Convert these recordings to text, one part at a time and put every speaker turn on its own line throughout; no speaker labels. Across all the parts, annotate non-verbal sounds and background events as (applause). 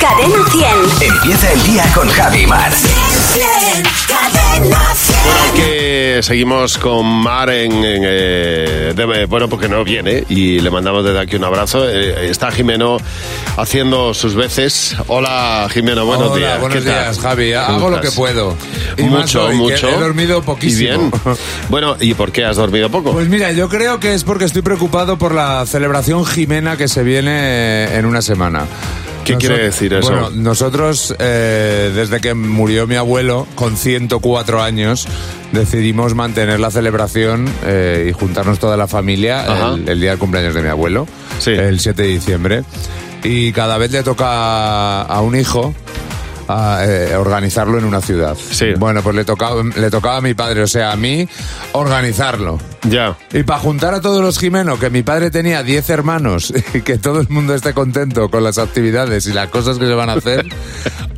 Cadena 100.
Empieza el día con Javi Mar.
Cadena 100.
Bueno, que seguimos con Mar en, en, eh, de- bueno porque no viene y le mandamos desde aquí un abrazo. Eh, está Jimeno haciendo sus veces. Hola Jimeno, buenos
Hola,
días.
buenos
¿qué tal?
días, Javi.
¿Cómo
Hago lo que
estás?
puedo. Y más
mucho,
hoy, que
mucho.
He dormido
Y
poquísimo.
bien. (laughs) Bueno, ¿y por qué has dormido poco?
Pues mira, yo creo que es porque estoy preocupado por la celebración Jimena que se viene eh, en una semana.
¿Qué quiere decir eso?
Bueno, nosotros, eh, desde que murió mi abuelo, con 104 años, decidimos mantener la celebración eh, y juntarnos toda la familia
Ajá.
el, el día del cumpleaños de mi abuelo,
Sí.
el 7 de diciembre. Y cada vez le toca a un hijo a, eh, organizarlo en una ciudad.
Sí.
Bueno, pues le tocaba, le tocaba a mi padre, o sea, a mí, organizarlo.
ya.
Y para juntar a todos los Jimeno, que mi padre tenía 10 hermanos, (laughs) y que todo el mundo esté contento con las actividades y las cosas que se van a
(laughs)
hacer.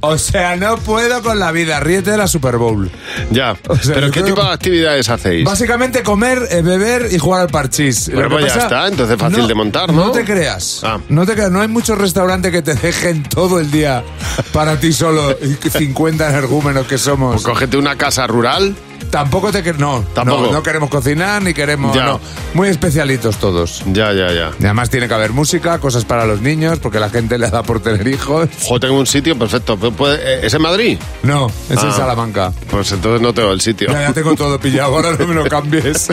o sea, no puedo con la vida. Ríete de la Super Bowl.
Ya.
(laughs) O sea,
Pero
yo
¿qué
creo-
tipo de actividades hacéis?
Básicamente comer, eh, beber y jugar al parchís.
Bueno,
Lo que
pues ya está, entonces fácil de montar, ¿no?
No te creas.
Ah.
No te creas. No hay muchos restaurantes que te dejen todo el día para ti solo y 50 energúmenos que somos.
Pues cógete una casa rural.
Tampoco te creas. No,
Tampoco.
no, no queremos cocinar ni queremos.
Ya.
no. Muy especialitos todos.
Ya, ya, ya.
Y además tiene que haber música, cosas para los niños, porque la gente le da por tener hijos.
Jo, tengo un sitio perfecto. Pu- puede- eh, ¿Es en Madrid?
No, es en
Ah.
Salamanca.
Pues entonces no tengo el sitio.
Ya, ya tengo todo pillado, ahora no me lo
(laughs)
cambies.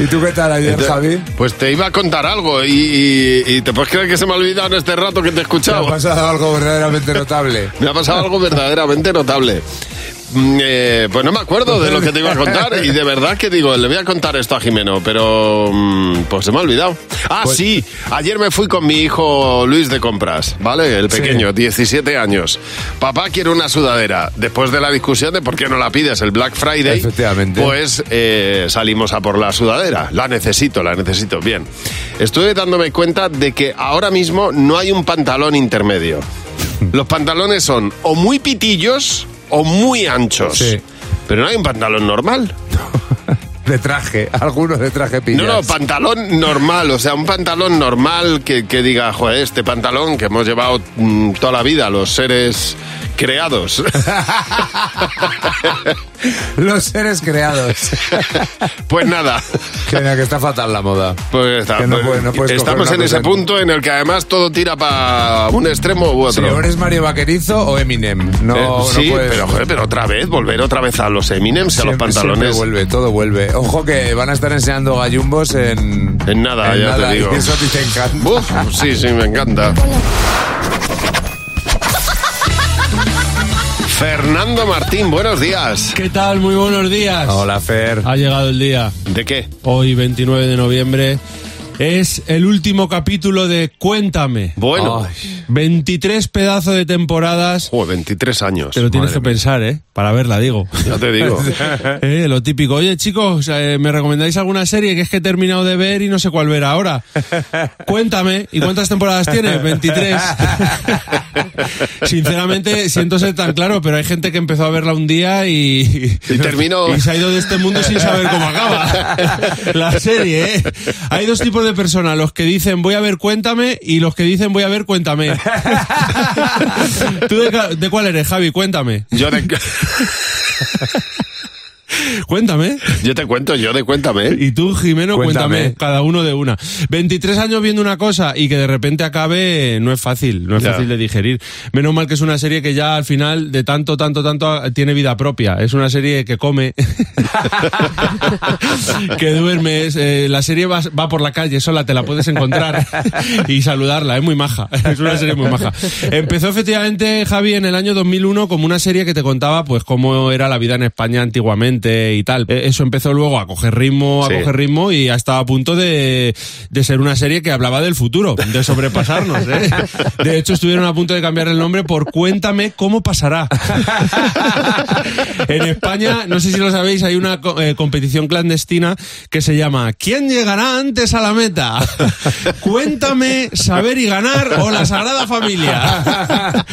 ¿Y tú qué tal ayer,
Entonces,
Javi?
Pues te iba a contar algo y, y- y te puedes creer que se me ha olvidado en este rato que te he
¿Te ha
escuchado.
pasado algo verdaderamente notable?
Me ha pasado algo verdaderamente notable. Mm, eh, pues no me acuerdo de lo que te iba a contar y de verdad que digo, le voy a contar esto a Jimeno, pero mm, pues se me ha olvidado. Ah,
Pues-
sí, ayer me fui con mi hijo Luis de compras, ¿vale? El pequeño, 17 años. Papá quiere una sudadera. Después de la discusión de por qué no la pides el Black Friday,
Efectivamente.
pues pues eh, salimos a por la sudadera. La necesito, la necesito. Bien. Estuve dándome cuenta de que ahora mismo no hay un pantalón intermedio. Los pantalones son o muy pitillos o muy anchos.
Sí.
Pero no hay un pantalón normal.
De traje, algunos de traje pillas.
No, no, pantalón normal, o sea, un pantalón normal que, que diga, joder, este pantalón que hemos llevado mm, toda la vida los seres
(laughs)
creados.
Los seres creados.
(laughs) pues nada.
que, que está fatal la moda.
Pues está,
Que no
pues,
puede- no puedes coger
estamos
una
en
cosa
ese
en-
punto en el que además todo tira para un extremo u
Si
otro.
o eres Mario Vaquerizo o Eminem. No,
Eh,
no
sí,
puedes-
pero, joder, pero otra vez, volver otra vez a los Eminems, y a los
Siempre-
pantalones.
siempre vuelve, todo vuelve. Ojo que van a estar enseñando gallumbos en...
En nada, ya te digo.
Y eso a ti te encanta.
Uf, sí, sí, me encanta. Fernando Martín, buenos días.
¿Qué tal? Muy buenos días.
Hola, Fer.
Ha llegado el día.
¿De qué?
Hoy, 29 de noviembre, es el último capítulo de Cuéntame.
Bueno,
Ay.
23 pedazos de temporadas.
joder, 23 años.
Te lo tienes que pensar, ¿eh? Para verla, digo.
Ya te
(laughs)
digo.
Eh, lo típico. Oye, chicos, eh, ¿me recomendáis alguna serie que es que he terminado de ver y no sé cuál ver ahora? Cuéntame. ¿Y cuántas temporadas tiene? 23. (laughs) Sinceramente, siento ser tan claro, pero hay gente que empezó a verla un día y...
Y terminó.
Y se ha ido de este mundo sin saber cómo acaba la serie, ¿eh? Hay dos tipos de personas, los que dicen voy a ver Cuéntame y los que dicen voy a ver Cuéntame. (laughs) ¿Tú de, ca- de cuál eres, Javi? Cuéntame.
Yo de-
Cuéntame.
yo te cuento, yo de cuéntame.
Y tú, Jimeno,
Cuéntame.
cuéntame. cada uno de una. 23 años viendo una cosa y que de repente acabe eh, no es fácil, no es
Ya.
fácil de digerir. Menos mal que es una serie que ya al final de tanto, tanto, tanto ah, tiene vida propia. Es una serie que come, (laughs) que duerme. es, eh, la serie va, va por la calle sola, te la puedes encontrar y saludarla. Es muy maja, (laughs) es una serie muy maja. Empezó efectivamente, Javi, en el año 2001 como una serie que te contaba pues cómo era la vida en España antiguamente y tal. Eh, Eso empezó luego a coger ritmo, a
Sí.
coger ritmo y ha estado a punto de, de ser una serie que hablaba del futuro, de sobrepasarnos. ¿eh? De hecho, estuvieron a punto de cambiar el nombre por Cuéntame cómo pasará. En España, no sé si lo sabéis, hay una co- eh, competición clandestina que se llama ¿Quién llegará antes a la meta? Cuéntame saber y ganar o la Sagrada Familia.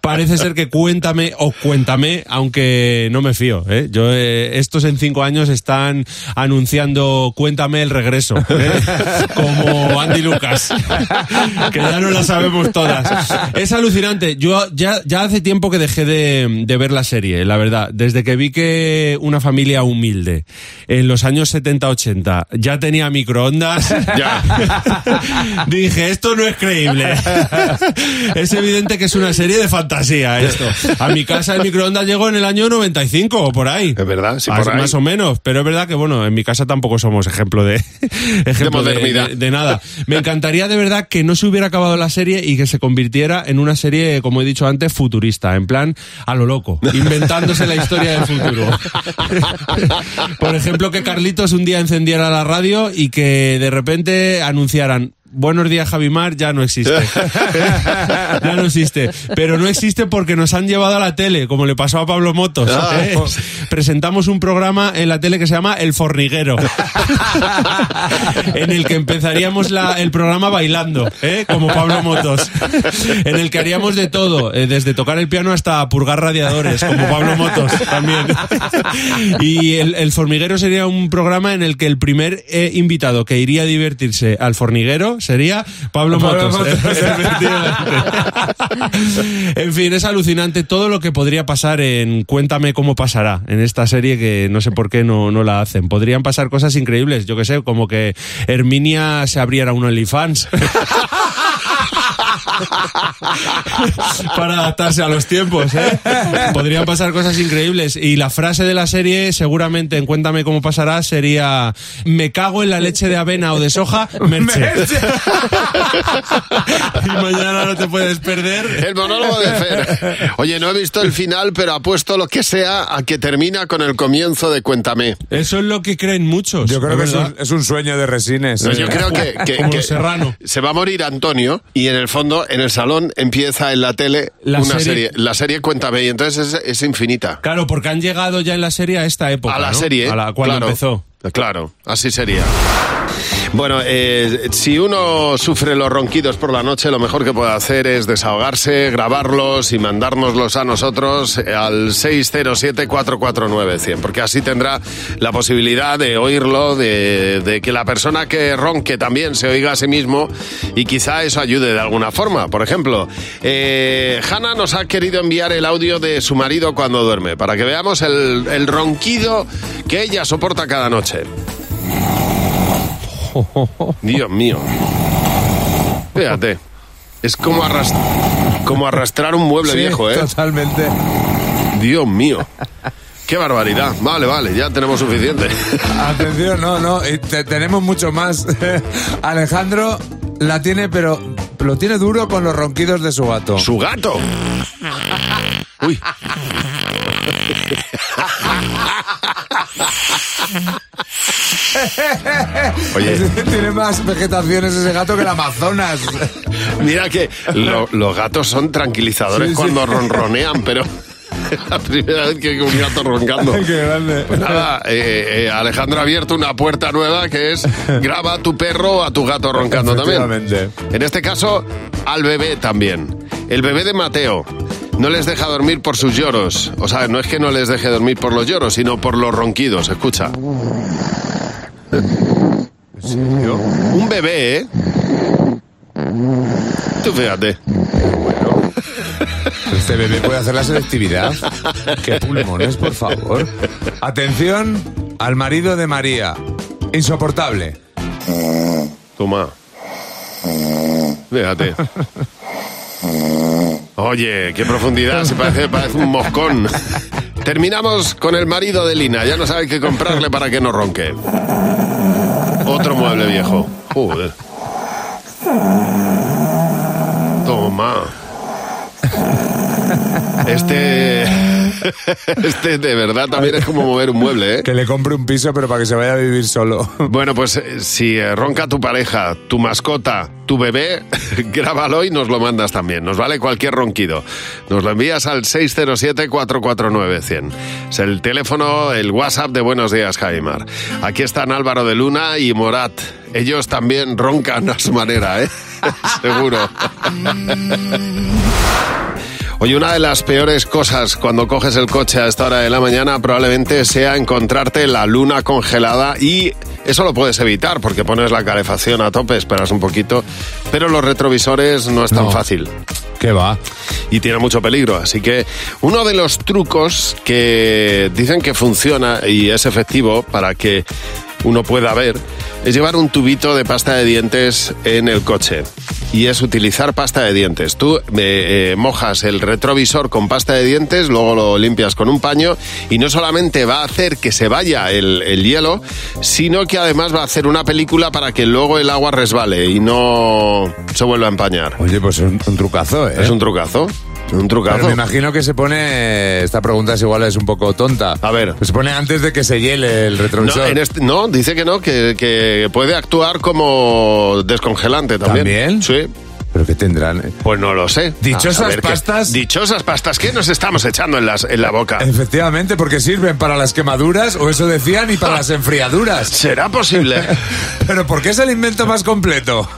Parece ser que Cuéntame o Cuéntame, aunque no me fío. ¿eh? Yo eh, he estos en cinco años están anunciando Cuéntame el regreso, ¿eh? como Andy
(laughs)
Lucas, que ya no la sabemos todas. Es alucinante. Yo ya, ya hace tiempo que dejé de, de ver la serie, la verdad. Desde que vi que una familia humilde en los años 70-80 ya tenía microondas,
(laughs)
ya. (laughs) dije, esto no es creíble. es evidente que es una serie de fantasía esto. A mi casa el microondas llegó en el año 95 o por ahí.
Es verdad, sí,
Ah,
por ahí.
Más o menos, pero es verdad que bueno, en mi casa tampoco somos ejemplo de, (laughs) ejemplo
De modernidad.
de- de nada. Me encantaría de verdad que no se hubiera acabado la serie y que se convirtiera en una serie, como he dicho antes, futurista, en plan a lo loco, inventándose la historia del
(laughs)
futuro. (laughs) Por ejemplo, que Carlitos un día encendiera la radio y que de repente anunciaran. Buenos días, Javimar, ya no existe. (laughs) ya no existe. Pero no existe porque nos han llevado a la tele, como le pasó a Pablo Motos.
Ah.
¿eh? Presentamos un programa en la tele que se llama El Forniguero, en el que empezaríamos la- el programa bailando, ¿eh? como Pablo Motos, en el que haríamos de todo, eh, desde tocar el piano hasta purgar radiadores, como Pablo Motos también. (laughs) Y el, el Forniguero sería un programa en el que el primer eh, invitado que iría a divertirse al Forniguero sería Pablo,
Pablo
Motos.
Motos.
(laughs) Efectivamente. (laughs) en fin, es alucinante todo lo que podría pasar en Cuéntame cómo pasará, en esta serie que no sé por qué no, no la hacen. Podrían pasar cosas increíbles, yo que sé, como que Herminia se abriera un OnlyFans. (laughs) para adaptarse a los tiempos. ¿eh? Podrían pasar cosas increíbles. Y la frase de la serie, seguramente, en Cuéntame cómo pasará, sería: Me cago en la leche de avena o de soja, merche. y mañana no te puedes perder.
(laughs) El monólogo de Fer. Oye, no he visto el final, pero apuesto lo que sea a que termina con el comienzo de Cuéntame.
Eso es lo que creen muchos.
Yo creo
la
que es
verdad.
un, es un sueño de resines.
No, yo creo
(laughs)
que, que-
Como
que
los Serrano.
se va a morir Antonio y en el fondo, en el salón, empieza en la tele
La
una
serie.
serie. La serie Cuéntame y entonces es, es infinita.
Claro, porque han llegado ya en la serie a esta época.
a la
¿no?
serie.
A la cuando
claro,
empezó.
Claro, así sería. Bueno, eh, si uno sufre los ronquidos por la noche, lo mejor que puede hacer es desahogarse, grabarlos y mandárnoslos a nosotros eh, al 607-449-100, porque así tendrá la posibilidad de oírlo, de, de que la persona que ronque también se oiga a sí mismo y quizá eso ayude de alguna forma. Por ejemplo, eh, Hanna nos ha querido enviar el audio de su marido cuando duerme, para que veamos el- el ronquido que ella soporta cada noche. Dios mío. Fíjate. Es como, arras- como arrastrar un mueble
Sí,
viejo, ¿eh?
Totalmente.
Dios mío. Qué barbaridad. Vale, vale, ya tenemos suficiente. (laughs)
Atención, no, no, y te- tenemos mucho más. (laughs) Alejandro la tiene, pero lo tiene duro con los ronquidos de su gato.
¡Su gato!
(laughs)
Uy. Oye,
tiene más vegetaciones ese gato que el Amazonas.
mira que lo- los gatos son tranquilizadores
Sí, sí.
cuando ronronean, pero es la primera vez que veo un gato roncando.
(laughs) Qué grande.
Pues nada, eh, eh, Alejandro ha abierto una puerta nueva que es graba a tu perro o a tu gato roncando también.
Efectivamente.
En este caso, al bebé también. El bebé de Mateo. No les deja dormir por sus lloros. O sea, no es que no les deje dormir por los lloros, sino por los ronquidos. Escucha. Un bebé, ¿eh? Tú fíjate.
Este bebé puede hacer la selectividad. Qué pulmones, por favor. Atención al marido de María. Insoportable.
Toma. Fíjate. Oye, qué profundidad, se parece, parece un moscón. Terminamos con el marido de Lina, ya no sabe qué comprarle para que no ronque. Otro mueble viejo. Joder. Toma. Este. (laughs) Este de verdad también es como mover un mueble, ¿eh?
Que le compre un piso, pero para que se vaya a vivir solo.
Bueno, pues eh, si eh, ronca tu pareja, tu mascota, tu bebé, (laughs) grábalo y nos lo mandas también. Nos vale cualquier ronquido. Nos lo envías al 607-449-100. Es el teléfono, el WhatsApp de Buenos Días, Javimar. Aquí están Álvaro de Luna y Morat. Ellos también (laughs) roncan a su manera, ¿eh? Seguro. Oye, una de las peores cosas cuando coges el coche a esta hora de la mañana probablemente sea encontrarte la luna congelada y eso lo puedes evitar porque pones la calefacción a tope, esperas un poquito, pero los retrovisores no es tan
No.
fácil
¿Qué va?
y tiene mucho peligro. Así que uno de los trucos que dicen que funciona y es efectivo para que uno pueda ver es llevar un tubito de pasta de dientes en el coche y es utilizar pasta de dientes. Tú eh, eh, mojas el retrovisor con pasta de dientes, luego lo limpias con un paño y no solamente va a hacer que se vaya el, el hielo, sino que además va a hacer una película para que luego el agua resbale y no se vuelva a empañar.
Oye, pues es un, un trucazo, ¿eh?
Es un trucazo. Un trucazo.
Pero me imagino que se pone. Esta pregunta es igual, es un poco tonta. Pues
A ver.
Se pone antes de que se hiele el retrovisor.
No, en este- no, dice que no, que, que puede actuar como descongelante también.
¿También?
Sí.
Pero que tendrán. eh?
Pues no lo sé.
Dichosas
A ver qué-
pastas.
dichosas pastas. ¿Qué nos estamos echando en, las, en la boca?
Efectivamente, porque sirven para las quemaduras, o eso decían, y
(laughs)
para las enfriaduras.
¿Será posible?
(laughs) Pero ¿por qué es el invento más completo?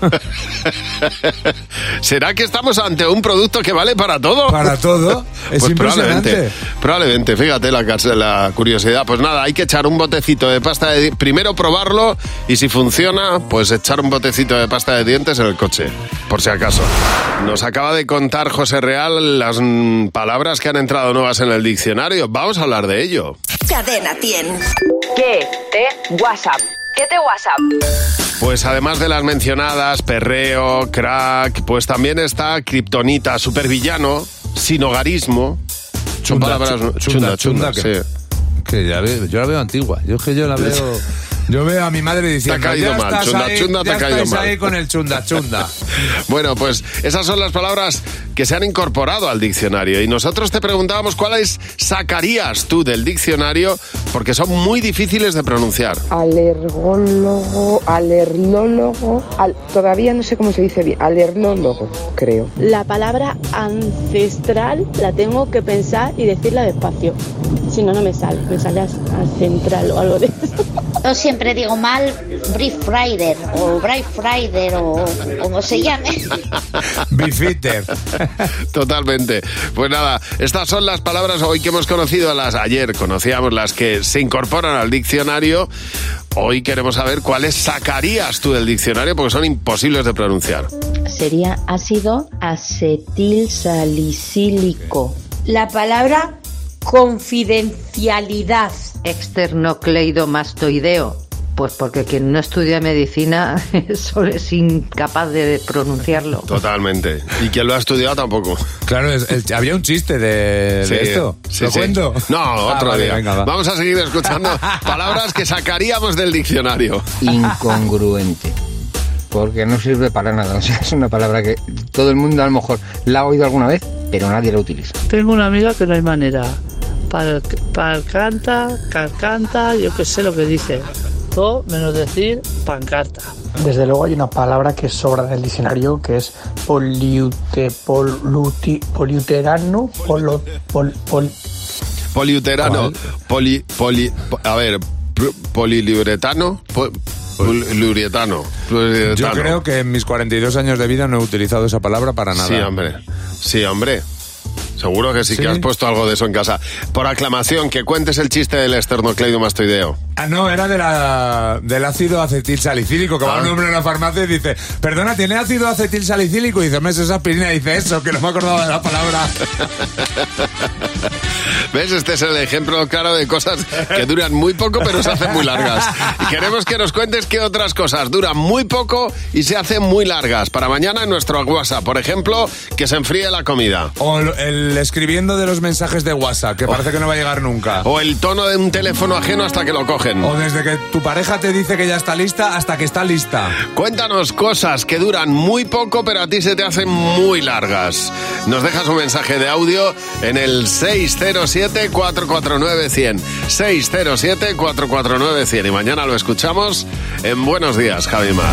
¿Será que estamos ante un producto que vale para todo?
Para todo. Es
Pues
impresionante.
probablemente, probablemente, fíjate la, cas- la curiosidad. Pues nada, hay que echar un botecito de pasta de di- Primero probarlo y si funciona, pues echar un botecito de pasta de dientes en el coche, por si acaso. Nos acaba de contar José Real las mm, palabras que han entrado nuevas en el diccionario. Vamos a hablar de ello.
Cadena 100.
¿Qué te WhatsApp? ¿Qué te WhatsApp?
Pues además de las mencionadas, perreo, crack, pues también está kriptonita, supervillano, sinogarismo. Son
Chunda,
palabras
chu- chunda,
chunda,
chunda,
chunda,
que-
sí.
Que ya veo- yo la veo antigua. Yo es que yo la veo. Yo veo a mi madre diciendo.
Te ha caído
"Ya
mal,
estás
chunda,
ahí,
chunda, te
ya
ha caído
estáis
mal".
ahí con el chunda chunda.
(laughs) Bueno, pues esas son las palabras que se han incorporado al diccionario y nosotros te preguntábamos cuáles sacarías tú del diccionario porque son muy difíciles de pronunciar.
alergólogo, alerlólogo, al- todavía no sé cómo se dice bien, alerlólogo, creo.
La palabra ancestral la tengo que pensar y decirla despacio. Si no, no me sale. Me sale as- ancestral o algo de eso.
Yo siempre digo mal Brief Friday o Bright Friday o como se llame.
Bifitter.
Totalmente. Pues nada, estas son las palabras hoy que hemos conocido, las ayer conocíamos las que se incorporan al diccionario. Hoy queremos saber cuáles sacarías tú del diccionario porque son imposibles de pronunciar.
sería ácido acetil salicílico.
La palabra confidencialidad.
Externocleidomastoideo. Pues porque quien no estudia medicina (laughs) eso es incapaz de pronunciarlo.
Totalmente. Y quien lo ha estudiado tampoco.
Claro, es- el- había un chiste de, de
Sí,
esto.
sí,
¿Lo
sí.
cuento?
No,
Ah,
otro
vale,
día.
venga, va.
Vamos a seguir
(laughs)
escuchando palabras que sacaríamos del diccionario.
incongruente. Porque no sirve para nada. O sea, es una palabra que todo el mundo a lo mejor la ha oído alguna vez, pero nadie la utiliza.
Tengo una amiga que no hay manera. Para, canta, carcanta, yo qué sé lo que dice. Todo menos decir pancarta.
Desde luego hay una palabra que sobra en el diccionario que es poliute, poluti, poliuterano, polo, pol, pol-
Poliuterano,
Ah,
poli, poli, po- a ver, pr- poliliuretano, po- poliuretano, poliuretano.
Yo creo que en mis 42 años de vida no he utilizado esa palabra para nada.
Sí, hombre. Sí, hombre. Seguro que sí,
Sí.
que has puesto algo de eso en casa. Por aclamación, que cuentes el chiste del esternocleidomastoideo.
Ah, no, era de la, del ácido acetil salicílico, que
Ah.
va un hombre a una farmacia y dice, perdona, ¿tiene ácido acetil salicílico? Y dice, mes, esa aspirina. Y dice, eso, que no me acordaba de la palabra.
¿Ves? Este es el ejemplo claro de cosas que duran muy poco pero se hacen muy largas. Y queremos que nos cuentes qué otras cosas duran muy poco y se hacen muy largas. Para mañana en nuestro WhatsApp, por ejemplo, que se enfríe la comida.
O lo- el escribiendo de los mensajes de WhatsApp, que parece que no va a llegar nunca.
O el tono de un teléfono ajeno hasta que lo cogen.
O desde que tu pareja te dice que ya está lista hasta que está lista.
Cuéntanos cosas que duran muy poco pero a ti se te hacen muy largas. Nos dejas un mensaje de audio en el 607-449-100. 607-449-100. Y mañana lo escuchamos en Buenos Días, Javi Mar.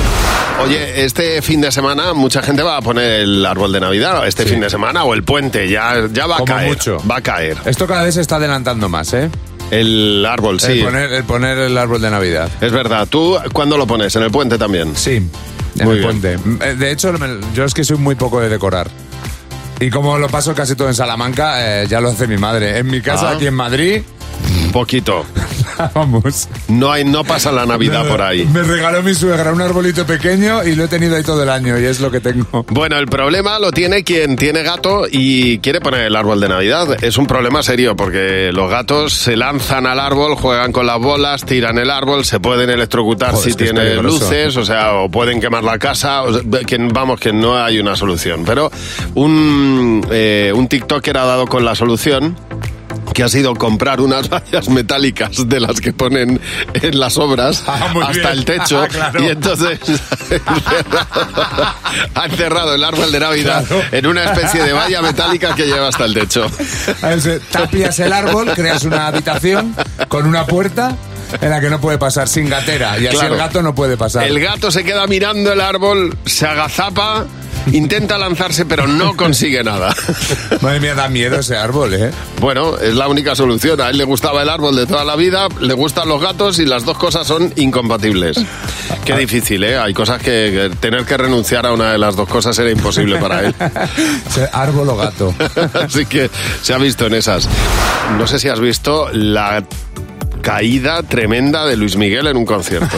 Oye, este fin de semana mucha gente va a poner el árbol de Navidad, este fin de semana o el puente, ya, ya va a
Como
caer.
mucho.
Va a caer.
Esto cada vez se está adelantando más, ¿eh?
El árbol, sí.
El, poner, el poner el árbol de Navidad.
Es verdad. ¿Tú cuándo lo pones? ¿En el puente también?
Sí, en
Muy
el
bien.
puente. Eh, De hecho, me- yo es que soy muy poco de decorar. Y como lo paso casi todo en Salamanca, eh, ya lo hace mi madre. En mi casa,
Ah.
aquí en Madrid.
Poquito.
(laughs) Vamos.
No, hay, no pasa la Navidad
me-
por ahí.
Me regaló mi suegra un arbolito pequeño y lo he tenido ahí todo el año y es lo que tengo.
Bueno,
(laughs)
el problema lo tiene quien tiene gato y quiere poner el árbol de Navidad. Es un problema serio porque los gatos se lanzan al árbol, juegan con las bolas, tiran el árbol, se pueden electrocutar
Joder,
si
es que es
tiene
peligroso.
luces, o sea, o pueden quemar la casa. o sea, que- vamos, que no hay una solución. Pero un, eh, un TikToker ha dado con la solución que ha sido comprar unas (laughs) vallas metálicas de las que ponen en las obras
muy bien.
hasta el techo
(laughs) Ah, claro.
y entonces
(laughs)
(laughs) han cerrado el árbol de Navidad
Claro.
en una especie de valla metálica que lleva hasta el techo.
Es, eh, Tapias el árbol, creas una habitación con una puerta en la que no puede pasar sin gatera y así
Claro.
el gato no puede pasar.
El gato se queda mirando el árbol, se agazapa, intenta lanzarse pero no consigue nada.
(laughs) Madre mía, da miedo ese árbol, ¿eh?
Bueno, es la única solución. A él le gustaba el árbol de toda la vida, le gustan los gatos y las dos cosas son incompatibles.
Ah.
Qué difícil, ¿eh? Hay cosas que, que tener que renunciar a una de las dos cosas era imposible para
(laughs)
él.
Se- Árbol o gato.
(laughs) Así que se ha visto en esas. No sé si has visto la caída tremenda de Luis Miguel en un concierto.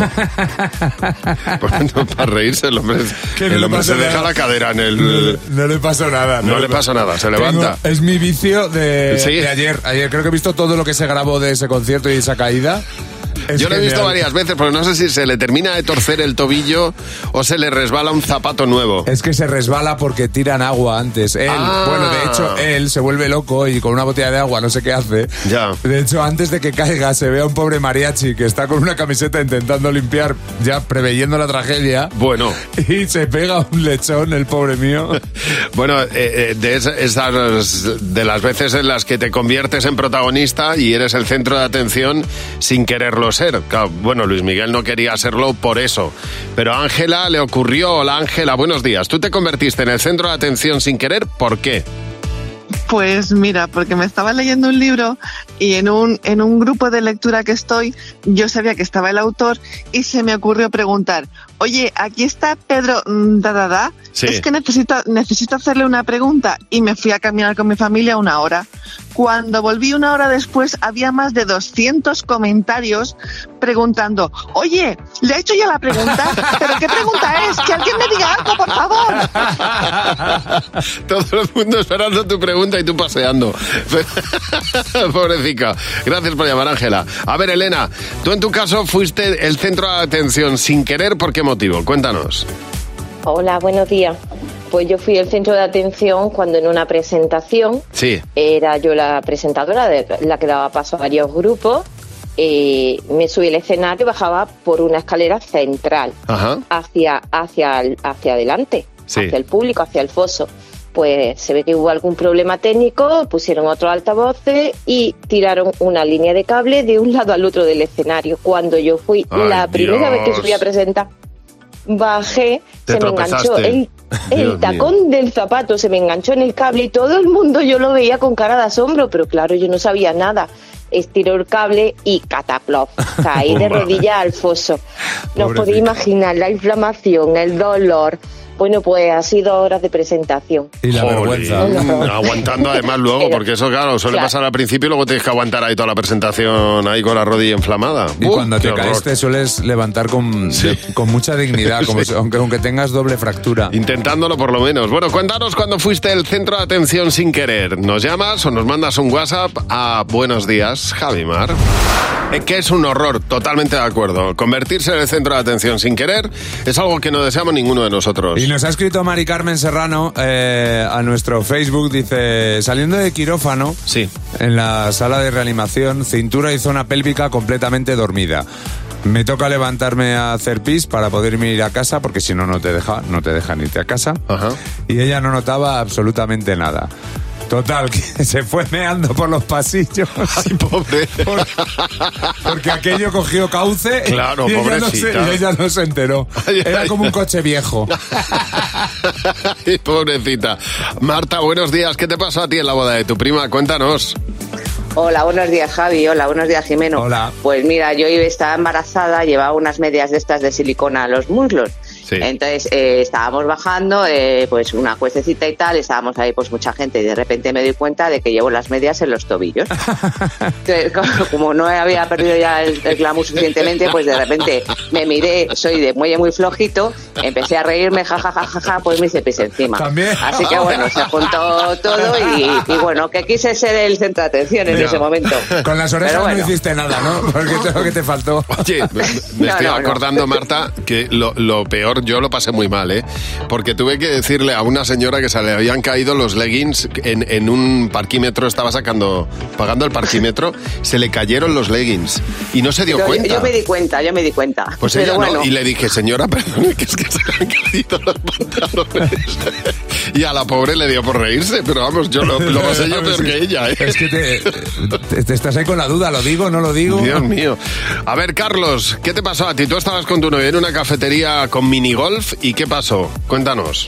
Bueno, para reírse, el hombre,
Que no
el
le
hombre
pasa
se deja
nada.
la cadera en
No,
el...
no le pasó nada.
No le pasó nada, se
Tengo-
levanta.
es mi vicio de,
Sí.
de ayer. Ayer creo que he visto todo lo que se grabó de ese concierto y esa caída. Es
Yo lo he visto
genial.
varias veces, pero no sé si se le termina de torcer el tobillo o se le resbala un zapato nuevo.
Es que se resbala porque tiran agua antes. Él,
Ah.
bueno, de hecho, él se vuelve loco y con una botella de agua no sé qué hace.
Ya.
De hecho, antes de que caiga, se ve a un pobre mariachi que está con una camiseta intentando limpiar, ya preveyendo la tragedia.
Bueno.
Y se pega un lechón, el pobre
(laughs)
mío.
Bueno, eh, eh, de es- esas de las veces en las que te conviertes en protagonista y eres el centro de atención sin quererlo ser. Claro, bueno, Luis Miguel no quería serlo por eso, pero a Ángela le ocurrió. Hola Ángela, buenos días. Tú te convertiste en el centro de atención sin querer, ¿por qué?
Pues mira, porque me estaba leyendo un libro y en un, en un grupo de lectura que estoy, yo sabía que estaba el autor y se me ocurrió preguntar, oye, aquí está Pedro mm, da, da, da.
Sí.
es que necesito, necesito hacerle una pregunta y me fui a caminar con mi familia una hora. Cuando volví una hora después había más de 200 comentarios preguntando, oye, le he hecho ya la pregunta, pero ¿qué pregunta es? Que alguien me diga algo, por favor.
Todo el mundo esperando tu pregunta y tú paseando. (laughs) Pobrecita. Gracias por llamar, Ángela. A ver, Elena, tú en tu caso fuiste el centro de atención sin querer, ¿por qué motivo? Cuéntanos.
Hola, buenos días. Pues yo fui el centro de atención cuando en una presentación
Sí.
era yo la presentadora, de, la que daba paso a varios grupos. eh, me subí al escenario y bajaba por una escalera central
Ajá.
hacia, hacia, el- hacia adelante,
Sí.
hacia el público, hacia el foso. Pues se ve que hubo algún problema técnico, pusieron otros altavoces y tiraron una línea de cable de un (laughs) lado al otro del escenario. Cuando yo fui
Ay,
la primera vez que
Dios.
subí a presentar, bajé,
Te
se me
tropezaste.
enganchó el, el
Dios
tacón del zapato, se me enganchó en el cable y todo el mundo yo lo veía con cara de asombro, pero claro, yo no sabía nada. Estiró el cable y cataplop, caí de
Pumba.
rodilla al foso. No os
Pobrecita.
podéis imaginar la inflamación, el dolor. Bueno, pues ha sido horas de presentación.
Y la vergüenza.
Aguantando además luego, porque eso, claro, suele
Claro.
pasar al principio y luego tienes que aguantar ahí toda la presentación ahí con la rodilla inflamada.
Y
Uh,
cuando te
qué horror.
caes te sueles levantar con, de- con mucha dignidad, como
(laughs) Sí.
si- aunque, aunque tengas doble fractura.
Intentándolo por lo menos. Bueno, cuéntanos cuando fuiste el centro de atención sin querer. ¿Nos llamas o nos mandas un WhatsApp a Buenos Días, Javimar? Eh, Que es un horror, totalmente de acuerdo. Convertirse en el centro de atención sin querer es algo que no deseamos ninguno de nosotros. (laughs)
Y nos ha escrito Mari Carmen Serrano eh, a nuestro Facebook, dice, saliendo de quirófano, en la sala de reanimación, cintura y zona pélvica completamente dormida. Me toca levantarme a hacer pis para poder ir a casa, porque si no, no te deja, no te dejan irte a casa. Y ella no notaba absolutamente nada. Total, (laughs) que se fue meando por los pasillos. Ay,
pobre.
porque aquello cogió cauce.
Claro,
y ella no se-
pobrecita.
y ella no se enteró.
Ay,
Era
ay.
como un coche viejo.
Ay, Pobrecita. Marta, buenos días. ¿Qué te pasó a ti en la boda de tu prima? Cuéntanos.
Hola, buenos días Javi, hola, buenos días Jimeno.
Hola.
Pues mira, yo iba- estaba embarazada, llevaba unas medias de estas de silicona a los muslos
Sí.
Entonces eh, estábamos bajando, eh, pues una cuestecita y tal, estábamos ahí pues mucha gente y de repente me doy cuenta de que llevo las medias en los
(laughs)
tobillos. Entonces, como- como no había perdido ya el, el glamour suficientemente, pues de repente me miré, soy de muelle muy flojito, empecé a reírme, jajajajaja, pues me hice pis encima.
También.
Así que bueno, se juntó todo y, y bueno, que quise ser el centro de atención en
Mira,
ese momento.
(laughs) Con las orejas
Pero bueno.
no hiciste nada, ¿no? Porque todo lo que te faltó.
Oye, me
(laughs)
me
No,
estoy
no, no.
acordando, Marta, que lo, lo peor yo lo pasé muy mal, ¿eh? Porque tuve que decirle a una señora que se le habían caído los leggings en, en un parquímetro, estaba sacando, pagando el parquímetro, se le cayeron los leggings y no se dio
Yo-
cuenta.
Yo, me di cuenta, yo me di cuenta.
Pues
Pero
ella
bueno,
no, y le dije, señora, (laughs) perdone, que es que se le han caído los pantalones. (laughs) Y a la pobre le dio por reírse, pero vamos, yo lo, lo pasé
(laughs)
yo peor que ella, ¿eh?
Es que te, te- te estás ahí con la duda, ¿lo digo, no lo digo?
Dios mío. A ver, Carlos, ¿qué te pasó a ti? Tú estabas con tu novia en una cafetería con minigolf y ¿qué pasó? Cuéntanos.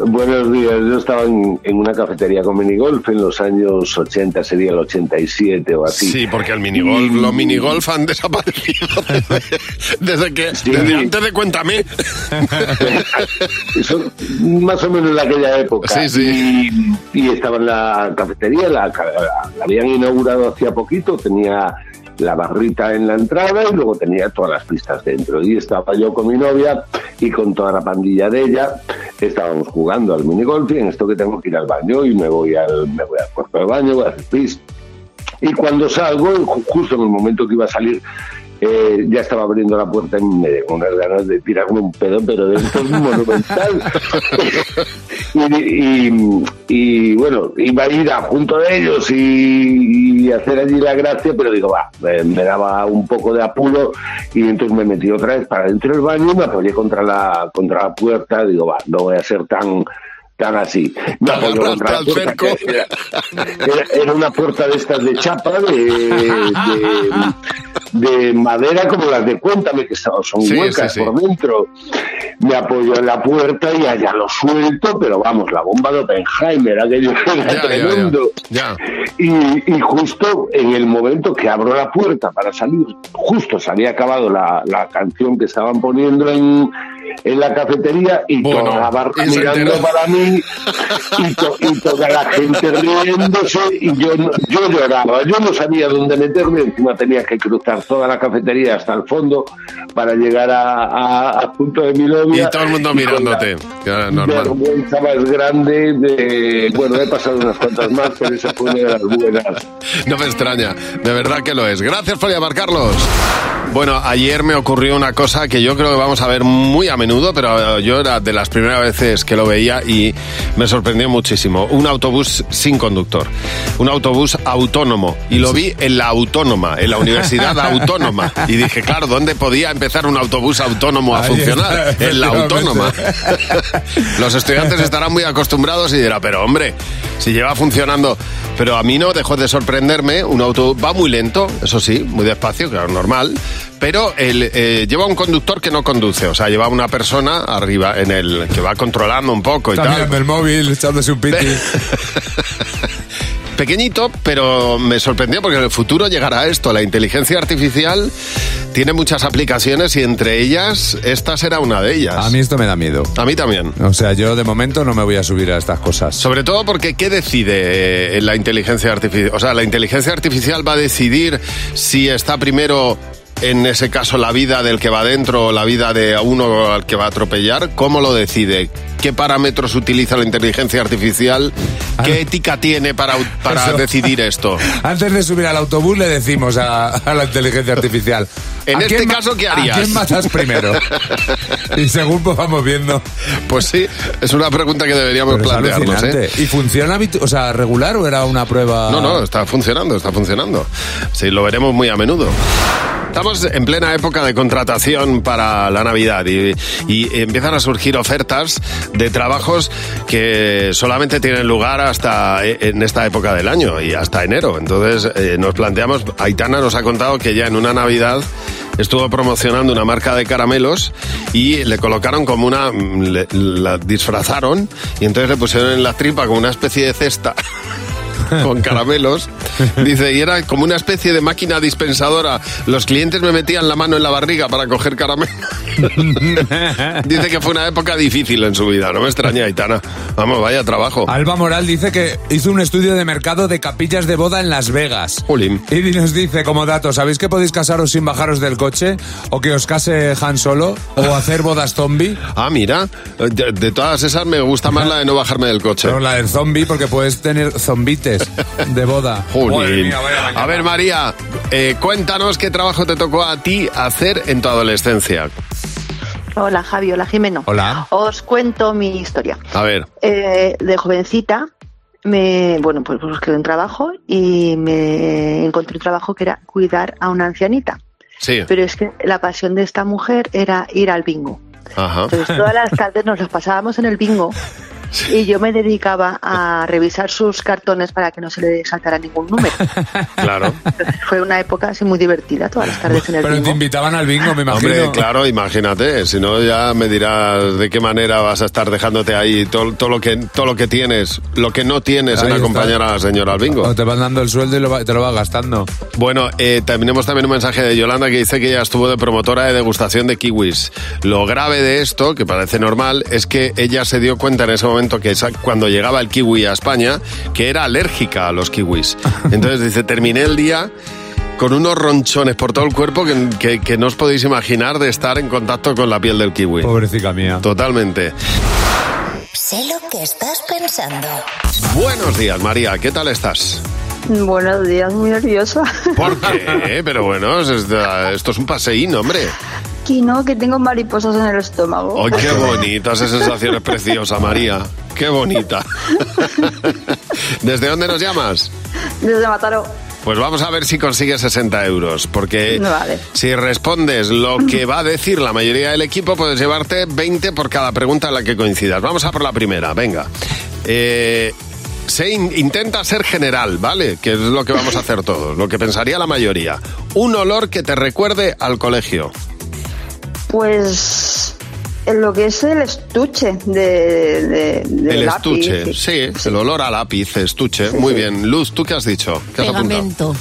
Buenos días, yo estaba en, en una cafetería con minigolf en los años 80, sería el 87 o así.
Sí, porque el minigolf, los minigolf han (laughs) desaparecido desde, desde que desde antes de Cuéntame.
(laughs) Eso, más o menos en aquella época.
Sí, sí.
Y, y estaba en la cafetería, la, la- la habían inaugurado hacía poquito, tenía la barrita en la entrada y luego tenía todas las pistas dentro. Y estaba yo con mi novia y con toda la pandilla de ella, estábamos jugando al minigolf y en esto que tengo que ir al baño y me voy al, me voy al cuarto de baño, voy a hacer pis. Y cuando salgo, ju- justo en el momento que iba a salir, eh, ya estaba abriendo la puerta y me dieron unas ganas de tirarme un pedo, pero de esto es monumental. (laughs) y, y- y, bueno, iba a ir a junto de ellos y, y hacer allí la gracia, pero digo, va, eh, me daba un poco de apuro y entonces me metí otra vez para dentro del baño y me apoyé contra la, contra la puerta, digo, va, no voy a ser tan tan así. Me apoyé contra la puerta, que era- era, era una puerta de estas de chapa, de, de- de madera como las de Cuéntame, que son son
Sí,
huecas
sí, sí.
por dentro. Me apoyo en la puerta y allá lo suelto, pero vamos, la bomba de Oppenheimer, aquello era
ya, ya.
tremendo.
Ya.
Y, y justo en el momento que abro la puerta para salir, justo se había acabado la, la canción que estaban poniendo en, en la cafetería y toda la barra
y se
mirando
enteró.
para mí y, to- y toda la gente riéndose y yo, no- yo lloraba. Yo no sabía dónde meterme, encima tenía que cruzar toda la cafetería hasta el fondo para llegar a, a- al punto de mi novia.
Y todo el mundo
Y con la-
mirándote. Ya, normal.
vergüenza más grande de... Bueno, he pasado unas cuantas más, pero esa fue una de las buenas.
No me extraña, de verdad que lo es. Gracias por llamar, Carlos. Bueno, ayer me ocurrió una cosa que yo creo que vamos a ver muy a menudo, pero eh, yo era de las primeras veces que lo veía y me sorprendió muchísimo. Un autobús sin conductor, un autobús autónomo. Y lo vi en la autónoma, en la
(laughs)
Universidad Autónoma. Y dije, claro, ¿dónde podía empezar un autobús autónomo a
Ahí
funcionar?
está,
en la autónoma.
efectivamente.
Los estudiantes estarán muy acostumbrados y dirán, pero hombre, si lleva funcionando. Pero a mí no dejó de sorprenderme. Un auto va muy lento, eso sí, muy despacio, claro, normal. Pero el, eh, lleva un conductor que no conduce, o sea, lleva una persona arriba en el que va controlando un poco y
Está
tal.
mirando el móvil, echándose un piti.
(laughs) Pequeñito, pero me sorprendió porque en el futuro llegará esto. La inteligencia artificial tiene muchas aplicaciones y entre ellas esta será una de ellas.
A mí esto me da miedo.
A mí también.
O sea, yo de momento no me voy a subir a estas cosas.
Sobre todo porque ¿qué decide eh, la inteligencia artificial? O sea, la inteligencia artificial va a decidir si está primero, en ese caso, la vida del que va dentro o la vida de uno al que va a atropellar. ¿Cómo lo decide? ¿Qué parámetros utiliza la inteligencia artificial? ¿Qué ética tiene para, para
Eso.
decidir esto?
Antes de subir al autobús le decimos a, a la inteligencia artificial.
(laughs) En
¿a
este
quién ma-
caso, ¿qué
¿A
harías?
quién matas
(laughs)
primero? y según pues vamos viendo.
Pues sí, es una pregunta que deberíamos
Pero es
plantearnos. ¿eh?
alucinante. ¿Y funciona habitu- o sea, regular o era una prueba?
No, no, está funcionando, está funcionando. Sí, lo veremos muy a menudo. Estamos en plena época de contratación para la Navidad y, y empiezan a surgir ofertas de trabajos que solamente tienen lugar hasta eh, en esta época del año y hasta enero. Entonces eh, nos planteamos, Aitana nos ha contado que ya en una Navidad estuvo promocionando una marca de caramelos y le colocaron como una, mm, le- la disfrazaron y entonces le pusieron en la tripa como una especie de cesta (laughs) con caramelos. Dice, y era como una especie de máquina dispensadora. Los clientes me metían la mano en la barriga para coger caramelos. (laughs) Dice que fue una época difícil en su vida, no me extraña, Aitana. Vamos, vaya trabajo.
Alba Moral dice que hizo un estudio de mercado de capillas de boda en Las Vegas. Y nos dice como dato, ¿sabéis que podéis casaros sin bajaros del coche? ¿O que os case Han Solo? ¿O hacer bodas zombie?
Ah, mira, de, de todas esas me gusta más la de no bajarme del coche.
No, la del zombie porque puedes tener zombites de boda. Madre
(laughs) Jolín.
mía, vaya mañana.
a ver, María, eh, cuéntanos qué trabajo te tocó a ti hacer en tu adolescencia.
Hola Javi, hola Jimeno.
Hola.
Os cuento mi historia.
A ver.
Eh, de jovencita, me, bueno, pues busqué un trabajo y me encontré un trabajo que era cuidar a una ancianita.
Sí.
Pero es que la pasión de esta mujer era ir al bingo.
Ajá.
Entonces todas las tardes nos las pasábamos en el bingo y yo me dedicaba a revisar sus cartones para que no se le saltara ningún número.
Claro.
Fue una época así muy divertida, todas las tardes en el
Pero
bingo.
te invitaban al bingo, me imagino.
Hombre, claro, imagínate, si no ya me dirás de qué manera vas a estar dejándote ahí todo, todo lo que todo lo que tienes, lo que no tienes
Ahí
en
está.
acompañar a la señora al bingo.
O te van dando el sueldo y lo va- te lo vas gastando.
Bueno, eh, tenemos también un mensaje de Yolanda que dice que ella estuvo de promotora de degustación de kiwis. Lo grave de esto, que parece normal, es que ella se dio cuenta en ese momento que esa- cuando llegaba el kiwi a España, que era alérgica a los
(laughs)
kiwis. Entonces dice, terminé el día con unos ronchones por todo el cuerpo que, que- que no os podéis imaginar de estar en contacto con la piel del kiwi.
Pobrecita mía.
Totalmente.
Sé lo que estás pensando.
Buenos días, María, ¿qué tal estás?
Buenos días, muy nerviosa. (laughs)
¿Por qué? (laughs) Pero bueno, es- esto es un paseín, hombre.
Que no, que tengo mariposas en el estómago.
¡Ay, qué bonita! Esa sensación es preciosa, María. ¡Qué (laughs) bonita! ¿Desde dónde nos llamas?
Desde Mataró.
Pues vamos a ver si consigues 60 euros, porque
Vale.
si respondes lo que va a decir la mayoría del equipo, puedes llevarte 20 por cada pregunta en la que coincidas. Vamos a por la primera, venga. Eh, se in- intenta ser general, ¿vale? Que es lo que vamos a hacer todos, lo que pensaría la mayoría. Un olor que te recuerde al colegio.
Pues en lo que es el estuche de, de- de
el
lápiz.
estuche, sí, el olor a lápiz, estuche. Muy bien. Luz, ¿tú qué has dicho? ¿Qué has apuntado?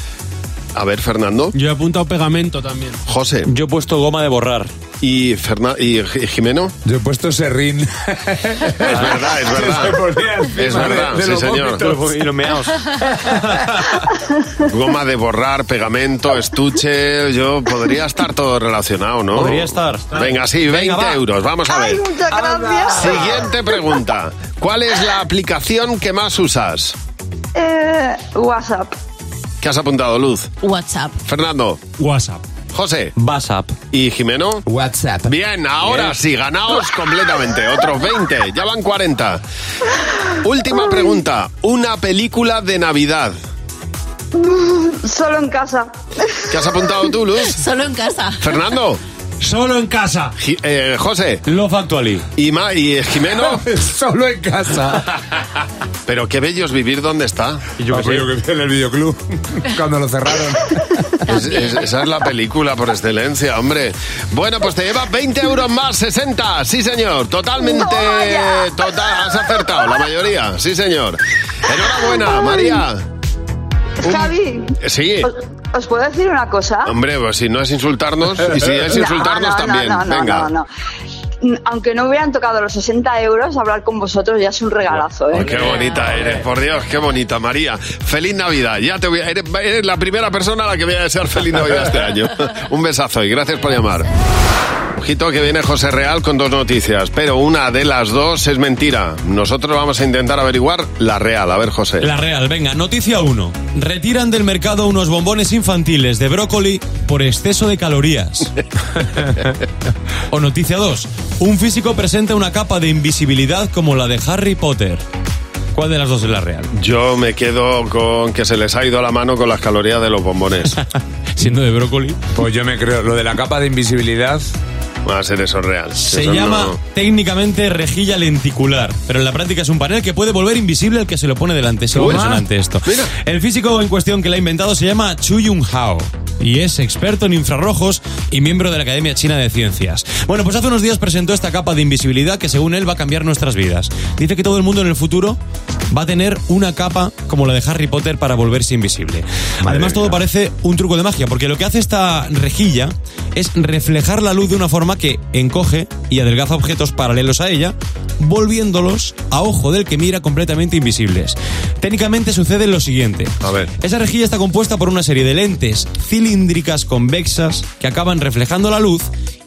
A ver, Fernando.
Yo he apuntado pegamento también.
José.
Yo he puesto goma de borrar.
¿Y, Ferna y G- Jimeno?
Yo he
(laughs)
puesto serrín.
Es verdad, es verdad. Es verdad, sí, señor.
Y los meaos.
Goma de borrar, pegamento, estuche. Yo podría estar todo relacionado, ¿no?
Podría estar.
Venga, sí, 20
va.
euros. Vamos a ver.
Muchas gracias.
Siguiente pregunta. ¿Cuál es la aplicación que más usas?
Eh, WhatsApp.
¿Qué has apuntado, Luz?
WhatsApp.
Fernando.
WhatsApp.
José.
WhatsApp.
¿Y Jimeno?
WhatsApp.
Bien, ahora
Bien.
sí, ganaos completamente. Otros 20, ya van 40. Última pregunta. Una película de Navidad.
(laughs) Solo en casa.
¿Qué has apuntado tú, Luz?
(laughs) Solo en casa.
Fernando. eh,
Solo en casa.
José.
Love Actually.
¿Y, Ma y eh, Jimeno?
(laughs) Solo en casa.
Pero qué bello es vivir donde está.
Yo que vi en el videoclub cuando lo cerraron.
Es- es- esa es la película por excelencia, hombre. Bueno, pues te lleva 20 euros más, 60. Sí, señor. Totalmente. Total, has acertado, la mayoría. Sí, señor. Enhorabuena,
Ay.
María.
Javi,
Sí.
¿os puedo decir una cosa?
Hombre, pues si no es insultarnos, y si
(laughs)
es
No,
insultarnos
no, no,
también.
no, no,
Venga.
no, no. Aunque no hubieran tocado los 60 euros, hablar con vosotros ya es un regalazo, ¿eh?
Ay, qué bonita eres, por Dios, qué bonita, María. Feliz Navidad. Ya te voy a- eres, eres la primera persona a la que voy a desear feliz Navidad este año. (laughs) Un besazo y gracias por llamar. Ojito que viene José Real con dos noticias, pero una de las dos es mentira. Nosotros vamos a intentar averiguar la real. A ver, José.
La Real, venga, noticia 1. Retiran del mercado unos bombones infantiles de brócoli por exceso de
(laughs)
calorías. o noticia 2. Un físico presenta una capa de invisibilidad como la de Harry Potter. ¿Cuál de las dos es la Real?
Yo me quedo con que se les ha ido la mano con las calorías de
(laughs)
los bombones.
Siendo de brócoli.
Pues yo me creo, lo de la capa de invisibilidad.
Va a ser eso real.
Se
Eso
llama
no-
técnicamente rejilla lenticular, pero en la práctica es un panel que puede volver invisible al que se lo pone delante. Es
Toma.
impresionante esto. El físico en cuestión que la ha inventado se llama Chu Yun Hao y es experto en infrarrojos y miembro de la Academia China de Ciencias. Bueno, pues hace unos días presentó esta capa de invisibilidad que según él va a cambiar nuestras vidas. Dice que todo el mundo en el futuro va a tener una capa como la de Harry Potter para volverse invisible. Además todo parece un truco de magia, porque lo que hace esta rejilla es reflejar la luz de una forma que encoge y adelgaza objetos paralelos a ella, volviéndolos a ojo del que mira completamente invisibles. Técnicamente sucede lo siguiente.
A ver.
Esa rejilla está compuesta por una serie de lentes cilíndricas convexas que acaban reflejando la luz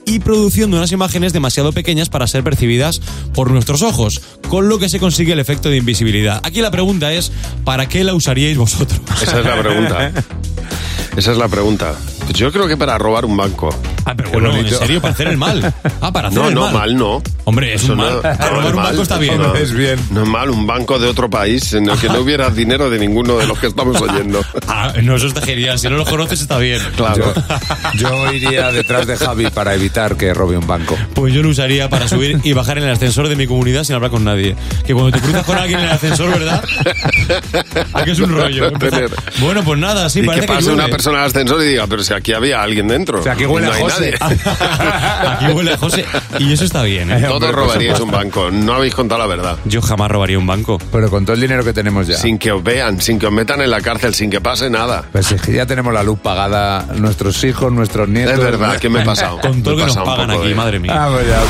y produciendo unas imágenes demasiado pequeñas para ser percibidas por nuestros ojos, con lo que se consigue el efecto de invisibilidad. Aquí la pregunta es, ¿para qué la usaríais vosotros?
Esa es la
(laughs)
pregunta. Esa es la pregunta. Pues yo creo que para robar un banco.
Ah, pero bueno, en serio, para hacer el mal. Ah, para hacer
no,
el
no,
mal.
no.
Hombre, es
Eso
un mal.
no-
Para
no
robar
es
un
mal,
banco está
eso
bien.
No
Es bien.
No es mal, un banco de otro país en el que no hubiera dinero de ninguno de los que estamos oyendo.
Ah, no, eso está genial. Si no lo conoces, está bien.
Claro.
Yo iría detrás de Javi para evitar que robe un banco.
Pues yo lo usaría para subir y bajar en el ascensor de mi comunidad sin hablar con nadie. Que cuando te cruzas con alguien
(laughs)
en el ascensor, ¿verdad? Ah, que es un rollo. Empezar- Bueno, pues nada, sí,
y
parece
que pase
llueve.
una persona al ascensor y diga, pero si aquí había alguien dentro.
O sea, aquí huele
no
a
hay
José. Ah,
nadie.
(laughs) Aquí huele a José. Y eso está bien. ¿eh?
Todos robaríais un banco. No habéis contado la verdad.
Yo jamás robaría un banco.
Pero con todo el dinero que tenemos ya.
Sin que os vean, sin que os metan en la cárcel, sin que pase nada.
Pues es que ya tenemos la luz pagada, nuestros hijos, nuestros nietos.
Es verdad, que me he pasado. Me he pasado un poco de-
Ah, pues ya.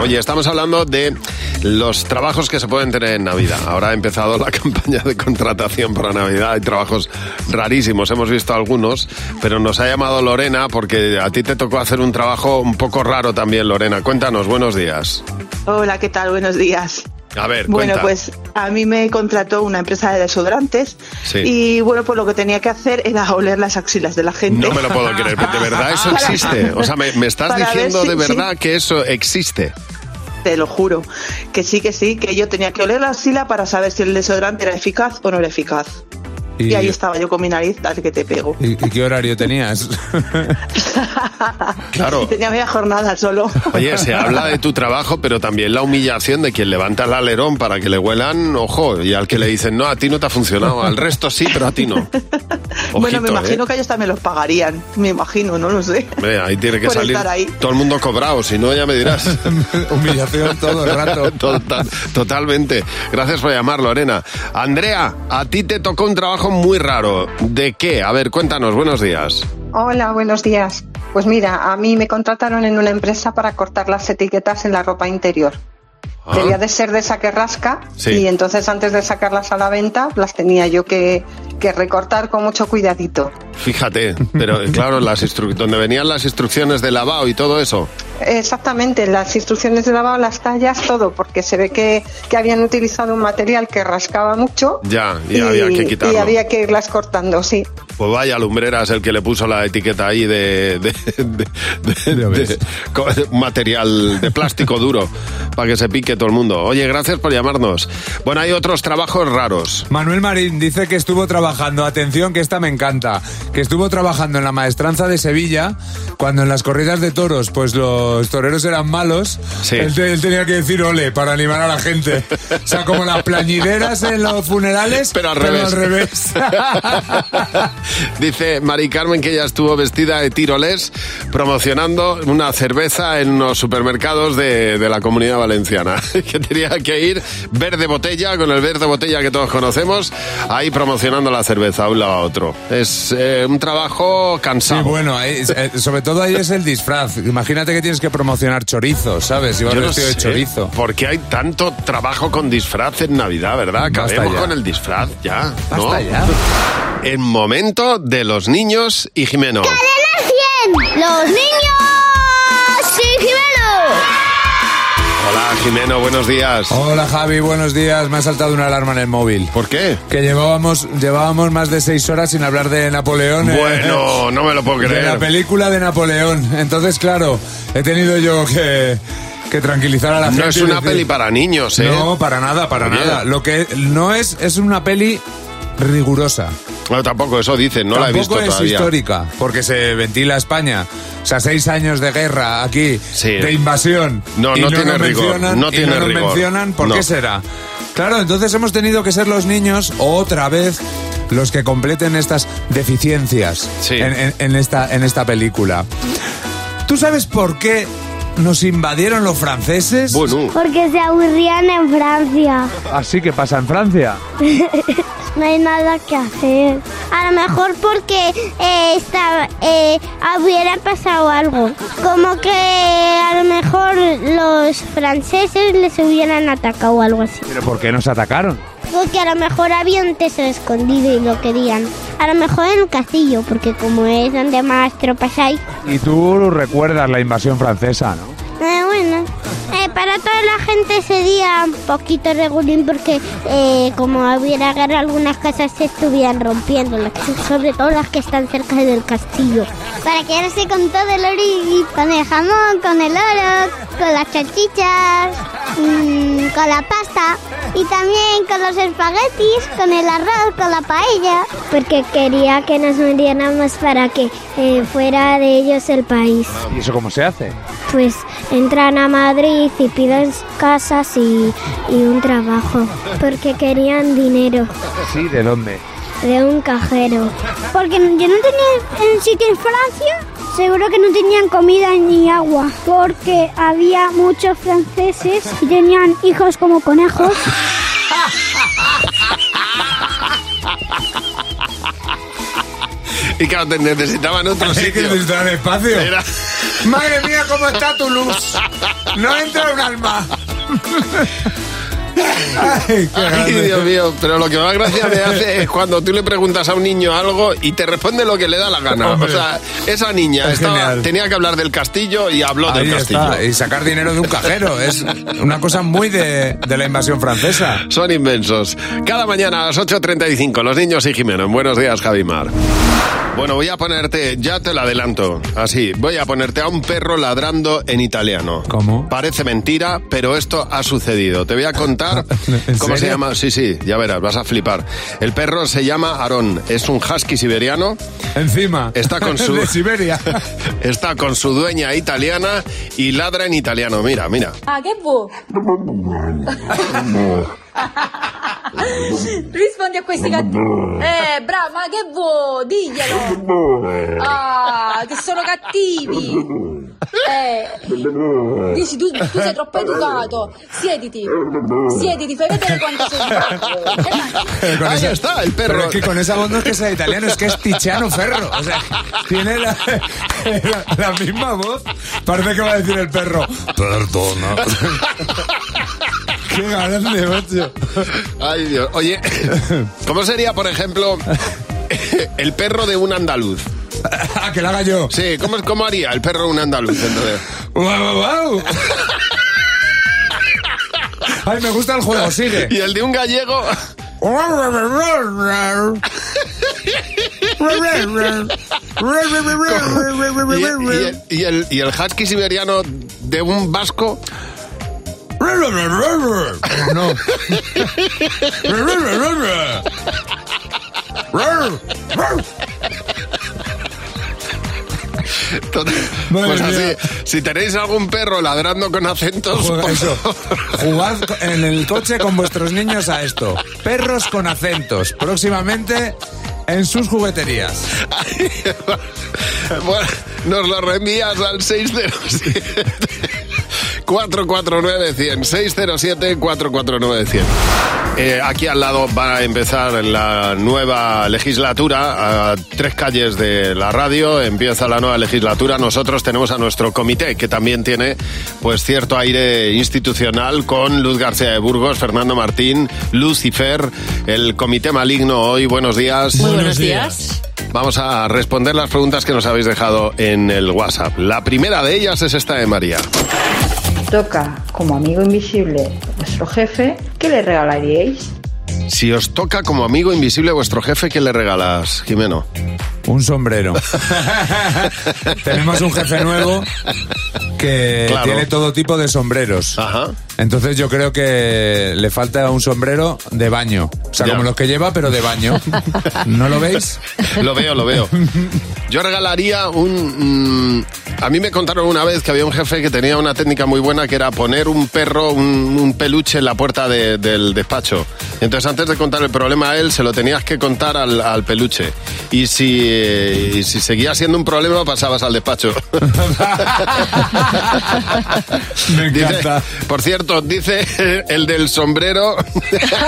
Oye, estamos hablando de los trabajos que se pueden tener en Navidad. Ahora ha empezado la (laughs) campaña de contratación para Navidad. Hay trabajos rarísimos, hemos visto algunos, pero nos ha llamado Lorena porque a ti te tocó hacer un trabajo un poco raro también, Lorena. Cuéntanos, buenos días.
Hola, ¿qué tal? Buenos días.
A ver,
Bueno,
cuenta.
pues a mí me contrató una empresa de desodorantes
Sí.
y bueno, pues lo que tenía que hacer era oler las axilas de la gente.
No me lo puedo creer, de verdad eso
(laughs) Para-
existe. O sea, me, me estás
para ver
diciendo
si-
de
si-
verdad que eso existe.
Te lo juro, que sí, que sí, que yo tenía que oler la axila para saber si el desodorante era eficaz o no era eficaz. Y,
¿Y,
ahí estaba yo con mi nariz, tal que te pego.
¿y- y qué horario
(laughs)
tenías?
Claro.
Tenía media jornada solo.
Oh. Oye, se habla de tu trabajo, pero también la humillación de quien levanta el alerón para que le huelan, ojo, y al que le dicen, no, a ti no te ha funcionado, al resto sí, pero a ti no.
(laughs) (laughs) bueno, me
Ojito,
imagino
¿eh?
que ellos también los pagarían, me imagino, no lo sé.
Hombre, ahí tiene que
Por
salir
estar ahí.
todo el mundo cobrado, si no ya me dirás.
(laughs) Humillación todo el rato.
(laughs) Total- totalmente. Gracias por llamar, Lorena. Andrea, a ti te tocó un trabajo muy raro. ¿De qué? A ver, cuéntanos, buenos días.
Hola, buenos días. Pues mira, a mí me contrataron en una empresa para cortar las etiquetas en la ropa interior.
Ah.
Debía de ser de saque rasca
Sí.
y entonces antes de sacarlas a la venta las tenía yo que, que recortar con mucho cuidadito.
Fíjate,
(laughs)
pero claro, las instru- donde venían las instrucciones de lavado y todo eso.
Exactamente, las instrucciones de lavado, las tallas, todo, porque se ve que, que habían utilizado un material que rascaba mucho
Ya, y, había que quitarlo.
y había que irlas cortando, sí.
Pues vaya lumbreras el que le puso la etiqueta ahí de, de- de- de- de- co- material de plástico duro para que se pique todo el mundo. Oye, gracias por llamarnos. Bueno, hay otros trabajos raros.
Manuel Marín dice que estuvo trabajando, atención que esta me encanta, que estuvo trabajando en la maestranza de Sevilla cuando en las corridas de toros pues los toreros eran malos, él, te- él tenía que decir ole para animar a la gente. O sea, como las plañideras en los funerales,
Pero al revés. (laughs) Dice Mari Carmen que ella estuvo vestida de tiroles promocionando una cerveza en unos supermercados de, de la comunidad valenciana. (laughs) Que tenía que ir verde botella, con el verde botella que todos conocemos, ahí promocionando la cerveza a un lado a otro. Es eh, un trabajo cansado.
Sí, bueno, ahí- eh, sobre todo ahí es el disfraz. Imagínate que tienes que promocionar chorizo, ¿sabes? Y vas
Yo no
vestido de
sé
chorizo.
¿Por qué hay tanto trabajo con disfraz en Navidad, verdad?
Basta
Acabemos
ya.
con el disfraz ya. ¿no?
Basta ya.
En momento de los niños y Jimeno.
¡Los niños! ¡Sí,
Hola Jimeno, buenos días.
Hola Javi, buenos días. Me ha saltado una alarma en el móvil.
¿Por qué?
Que llevábamos, llevábamos más de seis horas sin hablar de Napoleón. eh,
Bueno, no me lo puedo
De la
creer.
película de Napoleón. Entonces, claro, he tenido yo que, que tranquilizar a la gente.
No es
y
una
decir-
peli para niños, ¿eh?
No, para nada, para
Oye.
nada. Lo que no es, es una peli rigurosa.
Bueno, tampoco eso dicen, no la he
Tampoco
visto
es
todavía.
histórica, porque se ventila España. O sea, seis años de guerra aquí, de invasión.
No,
y
no tiene
nos
rigor,
mencionan-
no
y
tiene
nos
rigor.
mencionan, ¿por
No.
qué será? Claro, entonces hemos tenido que ser los niños otra vez los que completen estas deficiencias en, en- en esta, en esta película. ¿Tú sabes por qué nos invadieron los franceses?
Bueno.
Porque se aburrían en Francia. (laughs)
Así que pasa en Francia.
no hay nada que hacer. A lo mejor porque eh, estaba, eh, hubiera pasado algo. Como que a lo mejor los franceses les hubieran atacado o algo así.
¿Pero por qué nos atacaron?
Porque a lo mejor había un tesoro escondido y lo querían. A lo mejor en un castillo, porque como es donde más tropas hay.
Y tú recuerdas la invasión francesa, ¿no?
Eh, bueno, eh, para toda la gente sería un poquito regulín porque eh, como hubiera guerra algunas casas se estuvieran rompiendo, las que- sobre todo las que están cerca del castillo. Para quedarse con todo el ori, con el jamón, con el oro, con las salchichas, mm, con la pasta y también con los espaguetis, con el arroz, con la paella. Porque quería que nos más para que eh, fuera de ellos el país.
¿Y eso cómo se hace?
Pues entran a Madrid y piden casas y, y un trabajo, porque querían dinero
Sí, ¿de dónde?
de un cajero. Porque yo no tenía en sitio en Francia, seguro que no tenían comida ni agua, porque había muchos franceses y tenían hijos como conejos.
(laughs) Y claro, te
(laughs)
necesitaban otro sitio. que
necesitaban espacio.
Madre mía, cómo está tu luz. No entra un alma. Ay, Dios mío, pero lo que más gracia me
(laughs)
hace es cuando tú le preguntas a un niño algo y te responde lo que le da la gana.
Hombre.
O sea, esa niña
Es
estaba-
genial.
tenía que hablar del castillo y habló
Ahí
del castillo.
está, y sacar dinero de un cajero. Es una cosa muy de, de la invasión francesa.
Son inmensos. Cada mañana a las 8.35, los niños y Jimeno. Buenos días, Javimar. Bueno, voy a ponerte, ya te lo adelanto, así, voy a ponerte a un perro ladrando en italiano.
¿Cómo?
Parece mentira, pero esto ha sucedido. Te voy a contar
(laughs) ¿En
cómo se
serio?
llama. Sí, sí, ya verás, vas a flipar. El perro se llama Aarón, es un husky siberiano.
Encima. (laughs)
Está con su
De Siberia.
(laughs) está con su dueña italiana y ladra en italiano. Mira, mira.
Ah, che vuoi? Rispondi a questi cattivi. Eh, bravo, ma che vuoi? Diglielo. Ah, che sono cattivi. Eh, dici, tu, tu sei troppo educato. Siediti. Siediti, fai vedere quanto sei bravo.
Ahí está, el perro.
Pero es que con esa voz no es que sea italiano, es que es Tiziano Ferro. O sea, tiene la, (laughs) la- la misma voz. Parece que va a decir el perro. Perdona. Qué grande, macho.
Ay, Dios.
(laughs)
Oye, ¿cómo sería, por ejemplo, (laughs) el perro de un andaluz?
(laughs) Ah, que lo haga yo.
Sí, ¿cómo, cómo haría el perro de un andaluz? entonces?
¡Guau, guau,
(laughs)
guau! Ay, me gusta el juego, sigue.
Y el de un gallego. Y, y el- (laughs) y el, y el husky siberiano de un vasco.
No.
Total, pues así, si tenéis algún perro ladrando con acentos, pues por favor.
Jugad en el coche con vuestros niños a esto. Perros con acentos. Próximamente en sus jugueterías.
(laughs) Bueno, nos lo reenvías al 607 449 100 607 449 100 Eh, aquí al lado va a empezar la nueva legislatura, a tres calles de la radio empieza la nueva legislatura. Nosotros tenemos a nuestro comité, que también tiene pues cierto aire institucional con Luz García de Burgos, Fernando Martín, Lucifer, el comité maligno hoy. Buenos días.
Muy buenos días.
Vamos a responder las preguntas que nos habéis dejado en el WhatsApp. La primera de ellas es esta de María.
Toca como amigo invisible vuestro jefe, ¿qué le regalaríais?
Si os toca como amigo invisible vuestro jefe, ¿qué le regalas, Jimeno?
Un sombrero. Tenemos un jefe nuevo que
Claro.
tiene todo tipo de sombreros. Entonces yo creo que le falta un sombrero de baño. O sea,
Ya.
como los que lleva, pero de baño. ¿No lo veis?
(laughs) Lo veo, lo veo. Yo regalaría un... mm, a mí me contaron una vez que había un jefe que tenía una técnica muy buena que era poner un perro, un, un peluche en la puerta de- del despacho. Entonces antes de contar el problema a él, se lo tenías que contar al, al peluche.
(laughs)
Y si, eh, y si seguía siendo un problema, pasabas al despacho. Me encanta. por cierto, dice (laughs) el del sombrero (laughs)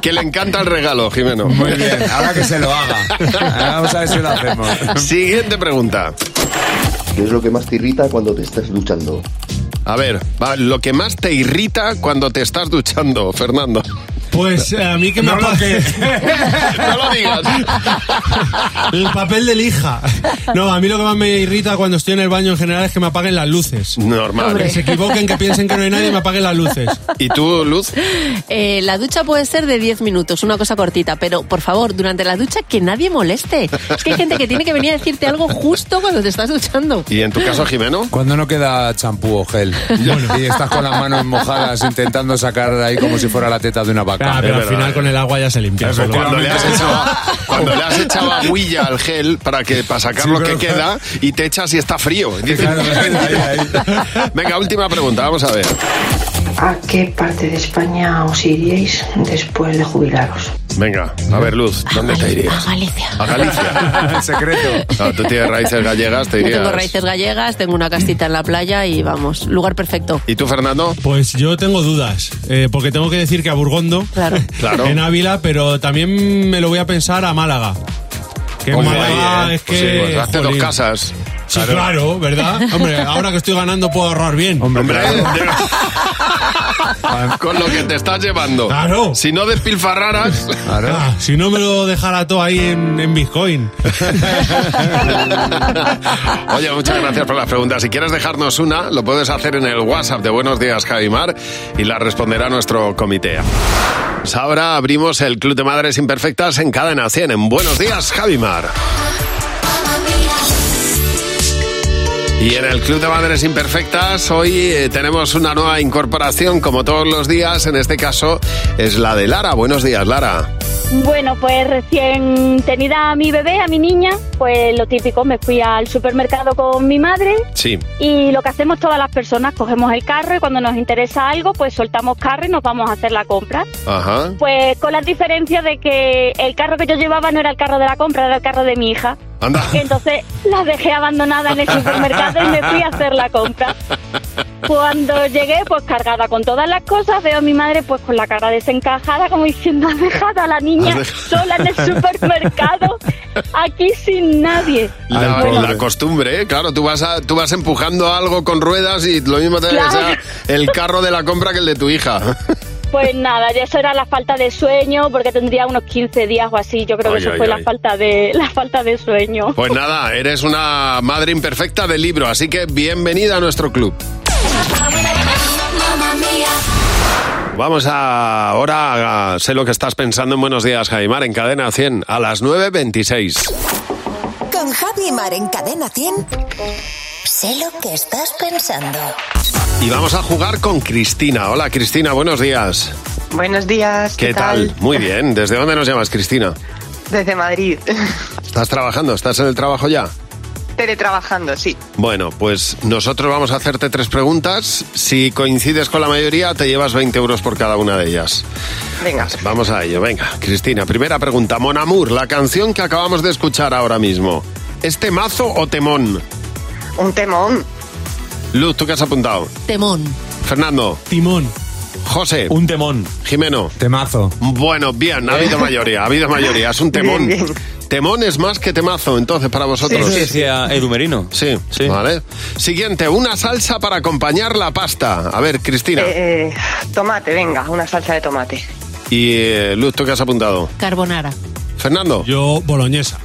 que le encanta el regalo, Jimeno. Muy
bien, ahora que se lo haga. Ah, Vamos a ver si lo hacemos.
(laughs) Siguiente pregunta.
¿Qué es lo que más te irrita cuando te estás duchando?
A ver, va, lo que más te irrita cuando te estás duchando, Fernando.
(laughs) Pues a mí que me
No lo
pa-
que-
(laughs) no lo digas. El papel de lija. No, a mí lo que más me irrita cuando estoy en el baño en general es que me apaguen las luces.
Normal.
Que se equivoquen, que piensen que no hay nadie y me apaguen las luces.
¿Y tú, Luz?
Eh, la ducha puede ser de 10 minutos, una cosa cortita, pero por favor, durante la ducha que nadie moleste. Es que hay gente que tiene que venir a decirte algo justo cuando te estás duchando.
¿Y en tu caso, Jimeno?
Cuando no queda champú o gel. Y estás con las manos mojadas intentando sacar ahí como si fuera la teta de una vaca.
Ah, pero al final con el agua ya se limpia.
¿eh? Cuando le has echado, cuando le has echado agüilla al gel para que para sacar
Sí,
lo que
pero-
queda y te echas y está frío. Y dices, (laughs) Venga, última pregunta, vamos a ver.
¿A qué parte de España os iríais después de jubilaros?
Venga, a ver, Luz, ¿dónde te irías?
Galicia. (laughs)
A Galicia.
(laughs)
En secreto. tú tienes raíces gallegas, te
Yo
irías.
tengo raíces gallegas, tengo una casita en la playa y vamos, lugar perfecto.
¿Y tú, Fernando?
Pues yo tengo dudas, eh, porque tengo que decir que a Burgondo, (laughs)
Claro.
en Ávila, pero también me lo voy a pensar a Málaga. Que en
Ojo
Málaga
ahí, eh.
es
Pues
que...
sí, pues hazte dos
jolín.
casas.
Sí,
Claro.
claro.
(laughs)
¿verdad? Hombre, ahora que estoy ganando puedo ahorrar bien. Hombre,
Con lo que te estás llevando.
Claro.
Si no despilfarraras.
Ah, si no me lo dejara todo ahí en, en
(laughs)
Bitcoin.
Oye, muchas gracias por las preguntas. Si quieres dejarnos una, lo puedes hacer en el WhatsApp de Buenos Días, Javimar, y la responderá nuestro comité. Pues ahora abrimos el Club de Madres Imperfectas en Cadena 100. En Buenos Días, Javimar. Y en el Club de Madres Imperfectas hoy eh, tenemos una nueva incorporación, como todos los días. En este caso es la de Lara. Buenos días, Lara.
Bueno, pues recién tenida a mi bebé, a mi niña, pues lo típico, me fui al supermercado con mi madre
Sí.
y lo que hacemos todas las personas, cogemos el carro y cuando nos interesa algo, pues soltamos carro y nos vamos a hacer la compra.
Ajá.
Pues con la diferencia de que el carro que yo llevaba no era el carro de la compra, era el carro de mi hija.
Anda.
Entonces la dejé abandonada en el supermercado y me fui a hacer la compra. Cuando llegué, pues cargada con todas las cosas, veo a mi madre pues con la cara desencajada, como diciendo, has dejado a la niña
Has dejado-
sola en el supermercado, aquí sin nadie.
La,
Bueno,
la costumbre, ¿eh? claro, tú vas, a- tú vas empujando algo con ruedas y lo mismo te
Claro.
sea el carro de la compra que el de tu (laughs) hija.
Pues nada, ya eso era la falta de sueño, porque tendría unos 15 días o así, yo creo
Ay,
que eso
ay,
fue
ay.
la falta de (laughs) la falta de sueño.
Pues nada, eres una madre imperfecta de libro, así que bienvenida a nuestro club. Vamos a, ahora, a- sé lo que estás pensando en Buenos Días, Jaimar, en Cadena 100, a las 9.26.
Con Javi y Mar en Cadena 100. Sé lo que estás pensando.
Y vamos a jugar con Cristina. Hola, Cristina, buenos días.
Buenos días.
¿Qué, tal? Muy bien, ¿desde dónde nos llamas, Cristina?
Desde Madrid. (laughs)
¿Estás trabajando? ¿Estás en el trabajo ya?
Teletrabajando, sí.
Bueno, pues nosotros vamos a hacerte tres preguntas. Si coincides con la mayoría, te llevas 20 euros por cada una de ellas.
Venga.
Vamos a ello, venga. Cristina, primera pregunta. Mon Amour, la canción que acabamos de escuchar ahora mismo. ¿Es temazo o temón?
Un temón.
Luz, ¿tú qué has apuntado?
Temón.
Fernando.
Timón.
José.
Un temón.
Jimeno.
Temazo.
Bueno, bien, ha habido mayoría, ha habido mayoría. Es un
(laughs)
temón.
Bien,
Temón es más que temazo, entonces, para vosotros.
Eso decía Edu Merino.
Sí, Vale. Siguiente, una salsa para acompañar la pasta. A ver, Cristina.
Eh, eh, tomate, venga, una salsa de tomate.
Y eh, Luz, ¿tú qué has apuntado?
Carbonara.
Fernando.
Yo, boloñesa.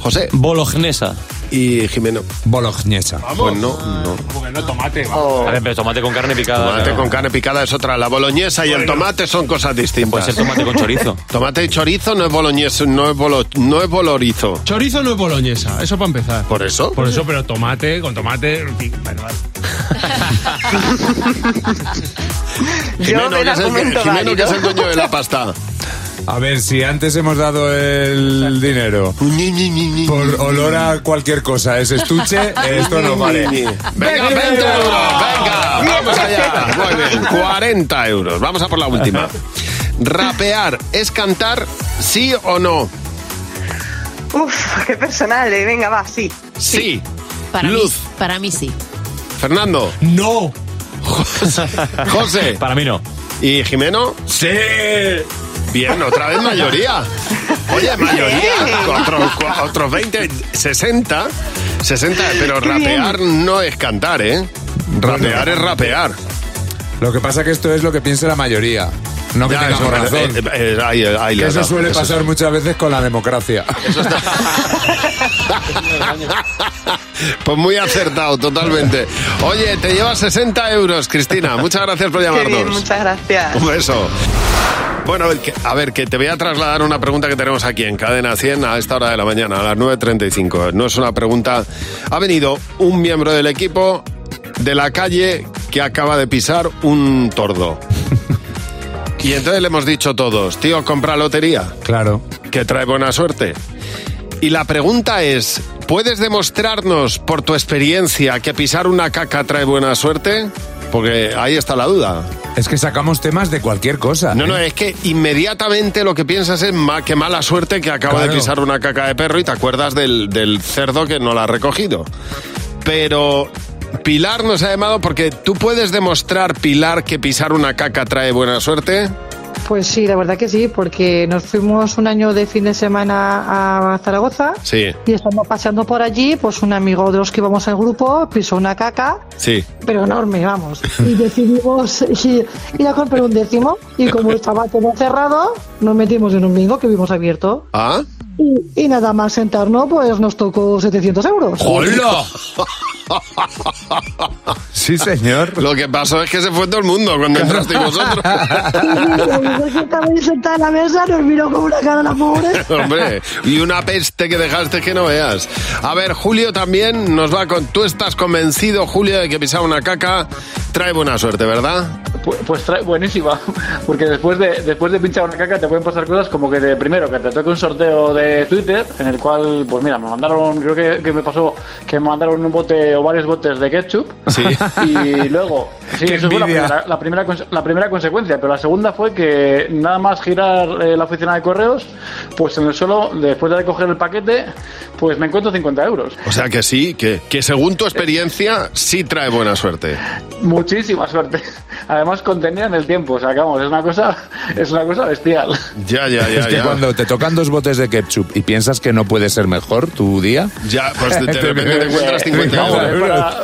José.
Bolognesa.
Y Jimeno.
Bolognesa.
Pues no, no. Oh.
no tomate,
A ver, pero tomate con carne picada.
Tomate
claro.
con carne picada es otra. La boloñesa y el tomate son cosas distintas.
Puede ser tomate con chorizo.
Tomate y chorizo no es boloñesa, no es, bolo, no es bolorizo.
Chorizo no es boloñesa, eso para empezar.
¿Por eso?
Por eso, pero tomate, con tomate... Bueno, vale.
Jimeno,
me
que
la
es el,
comento
Jimeno,
válido.
que es el
(laughs)
dueño de la pasta.
A ver, si antes hemos dado el dinero por olor a cualquier cosa, es
(laughs)
estuche, esto no vale.
Venga, 20 euros, venga, vamos allá. Muy bien, 40 euros. Vamos a por la última. Rapear es cantar, sí o no.
Uf, qué personal, eh, venga, va, sí.
Sí.
Para
Luz.
mí, para mí sí.
Fernando. No. (laughs) José.
Para mí no.
¿Y Jimeno? Sí. Bien, otra vez mayoría. Oye, mayoría. Otros otros 20, 60. 60, pero
Qué bien.
rapear no es cantar, ¿eh? Rapear es rapear.
Lo que pasa que esto es lo que piensa la mayoría. No que
Ya,
tengamos
eso,
razón.
eh, eh, eh, ahí- ahí le
Que
has
eso
dado,
suele
eso
pasar
sí.
muchas veces con la democracia.
Pues muy acertado, totalmente. Oye, te llevas 60 euros, Cristina. Muchas gracias por
Qué bien,
llamarnos.
muchas gracias.
Un beso. Bueno, a ver, que, a ver, que te voy a trasladar una pregunta que tenemos aquí en Cadena 100 a esta hora de la mañana, a las 9.35. No es una pregunta... Ha venido un miembro del equipo de la calle que acaba de pisar un tordo. Y entonces le hemos dicho todos, tío, compra lotería.
Claro.
Que trae buena suerte. Y la pregunta es, ¿puedes demostrarnos por tu experiencia que pisar una caca trae buena suerte? Porque ahí está la duda.
Es que sacamos temas de cualquier cosa.
No, no,
¿eh?
es que inmediatamente lo que piensas es ma, que mala suerte que acaba
Claro.
de pisar una caca de perro y te acuerdas del, del cerdo que no la ha recogido. Pero Pilar nos ha llamado porque tú puedes demostrar, Pilar, que pisar una caca trae buena suerte.
Pues sí, la verdad que sí, porque nos fuimos un año de fin de semana a Zaragoza
Sí,
y estamos paseando por allí, pues un amigo de los que íbamos al grupo pisó una caca,
sí.
pero enorme, vamos, y decidimos ir ir a comprar un décimo y como estaba todo cerrado, nos metimos en un bingo que vimos abierto.
¿Ah?
Y, y nada más sentarnos, pues nos tocó 700 euros.
Sí, señor.
Lo que pasó es que se fue todo el mundo cuando entrasteis
(laughs)
vosotros.
que estaba ahí sentada en la mesa, nos miró con una cara la pobre.
¿eh?
(laughs) Hombre, y una peste que dejaste que no veas. A ver, Julio también nos va con... Tú estás convencido, Julio, de que pisar una caca trae buena suerte, ¿verdad?
Pues, pues trae buenísima, (laughs) porque después de, después de pinchar una caca te pueden pasar cosas como que de primero que te toque un sorteo de Twitter, en el cual, pues mira, me mandaron, creo que, que me pasó que me mandaron un bote o varios botes de ketchup.
Sí.
(laughs) Y luego,
(laughs)
sí,
Qué
eso fue la
envidia.
primera, la, primera, conse- la primera consecuencia, pero la segunda fue que nada más girar eh, la oficina de correos, pues en el suelo, después de recoger el paquete, pues me encuentro 50 euros.
O sea que sí, que, que según tu experiencia sí trae buena suerte.
Muchísima suerte. (laughs) Además contenida en el tiempo, o sea, que vamos, es una cosa, es una cosa bestial.
Ya, ya, ya.
es que
ya.
cuando te tocan dos botes de ketchup y piensas que no puede ser mejor tu día.
Ya, pues
(laughs)
de repente te encuentras 50
Vamos, es
Ah,
euros.
para-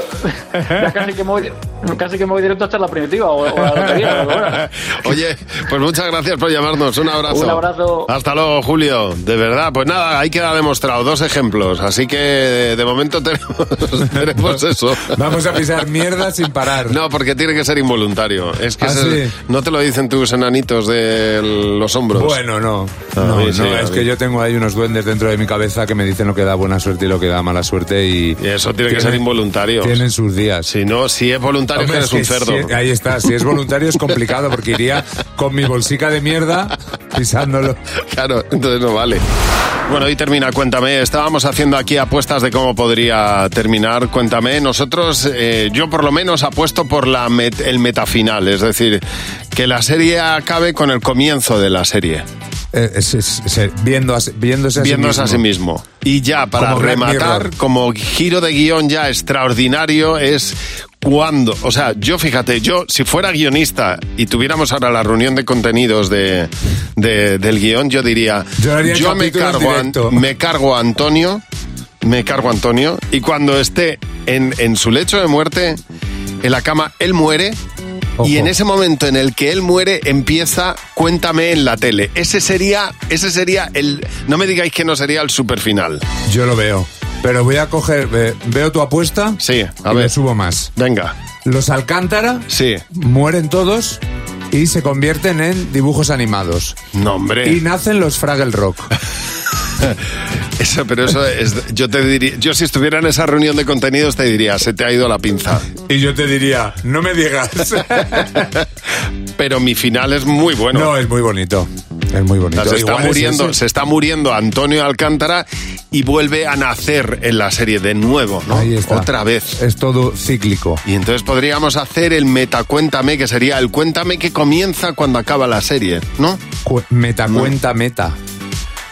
(laughs) ya casi que me voy, casi que me voy directo hasta la primitiva o, o la lotería. pero bueno. (laughs)
Oye, pues muchas gracias por llamarnos. Un abrazo.
Un abrazo.
Hasta luego, Julio. De verdad, pues nada, ahí queda demostrado. Dos ejemplos. Así que de momento (laughs) tenemos, tenemos eso.
Vamos a pisar mierda sin parar.
No, porque tiene que ser involuntario. Es que
Ah,
ese-
sí.
no te lo dicen tus enanitos de los hombros.
Bueno, no.
A
No,
mí
no,
sí, a
es
mí.
que yo tengo ahí unos duendes dentro de mi cabeza que me dicen lo que da buena suerte y lo que da mala suerte y...
Eso tiene que ser involuntario.
Tienen sus días.
Si no, si es voluntario,
Hombre,
eres
es
un
que
cerdo.
si- ahí está, si es voluntario es complicado porque iría con mi bolsica de mierda
(laughs)
pisándolo.
Claro, entonces no vale. Bueno, y termina, cuéntame. Estábamos haciendo aquí apuestas de cómo podría terminar, cuéntame. Nosotros, eh, yo por lo menos apuesto por la met- el metafinal, es decir, que la serie acabe con el comienzo de la serie,
Eh, es- es- es- viendo a- viéndose a sí
viéndose a sí mismo. Y ya, para
Como Black
rematar,
Mirror.
como giro de guión ya extraordinario es... cuando, o sea, yo fíjate, yo si fuera guionista y tuviéramos ahora la reunión de contenidos de, de- del guión, yo diría,
Yo haría
me
capítulo en
cargo, a-
directo.
me cargo a Antonio, me cargo a Antonio, y cuando esté en, en su lecho de muerte, en la cama, él muere. Y en ese momento en el que él muere empieza Cuéntame en la tele. Ese sería, ese sería el. No me digáis que no sería el super final.
Yo lo veo. Pero voy a coger. eh, ¿Veo tu apuesta?
Sí, a
y
ver.
le subo más.
Venga.
Los Alcántara
Sí.
mueren todos y se convierten en dibujos animados.
No, hombre.
Y nacen los Fraggle
(laughs)
Rock.
Eso, pero eso es. Yo te diría. Yo si estuviera en esa reunión de contenidos te diría, se te ha ido la pinza.
Y yo te diría, no me digas.
Pero mi final es muy bueno.
No, es muy bonito. Es muy bonito.
O sea, se, está
Igual es
muriendo,
ese.
se está muriendo Antonio Alcántara y vuelve a nacer en la serie de nuevo, ¿no?
Ahí está.
Otra vez.
(laughs) Es todo cíclico.
Y entonces podríamos hacer el metacuéntame, que sería el cuéntame que comienza cuando acaba la serie, ¿no?
Cu- meta, cuenta, meta.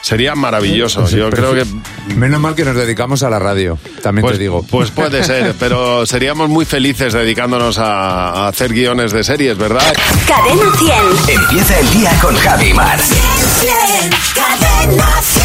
Sería maravilloso. Yo creo que
Pues, Menos mal que nos dedicamos a la radio, también te digo.
pues
(laughs)
puede ser, pero seríamos muy felices dedicándonos a, a hacer guiones de series, ¿verdad?
Cadena 100.
Empieza el día con Javi Mar.
Cadena 100.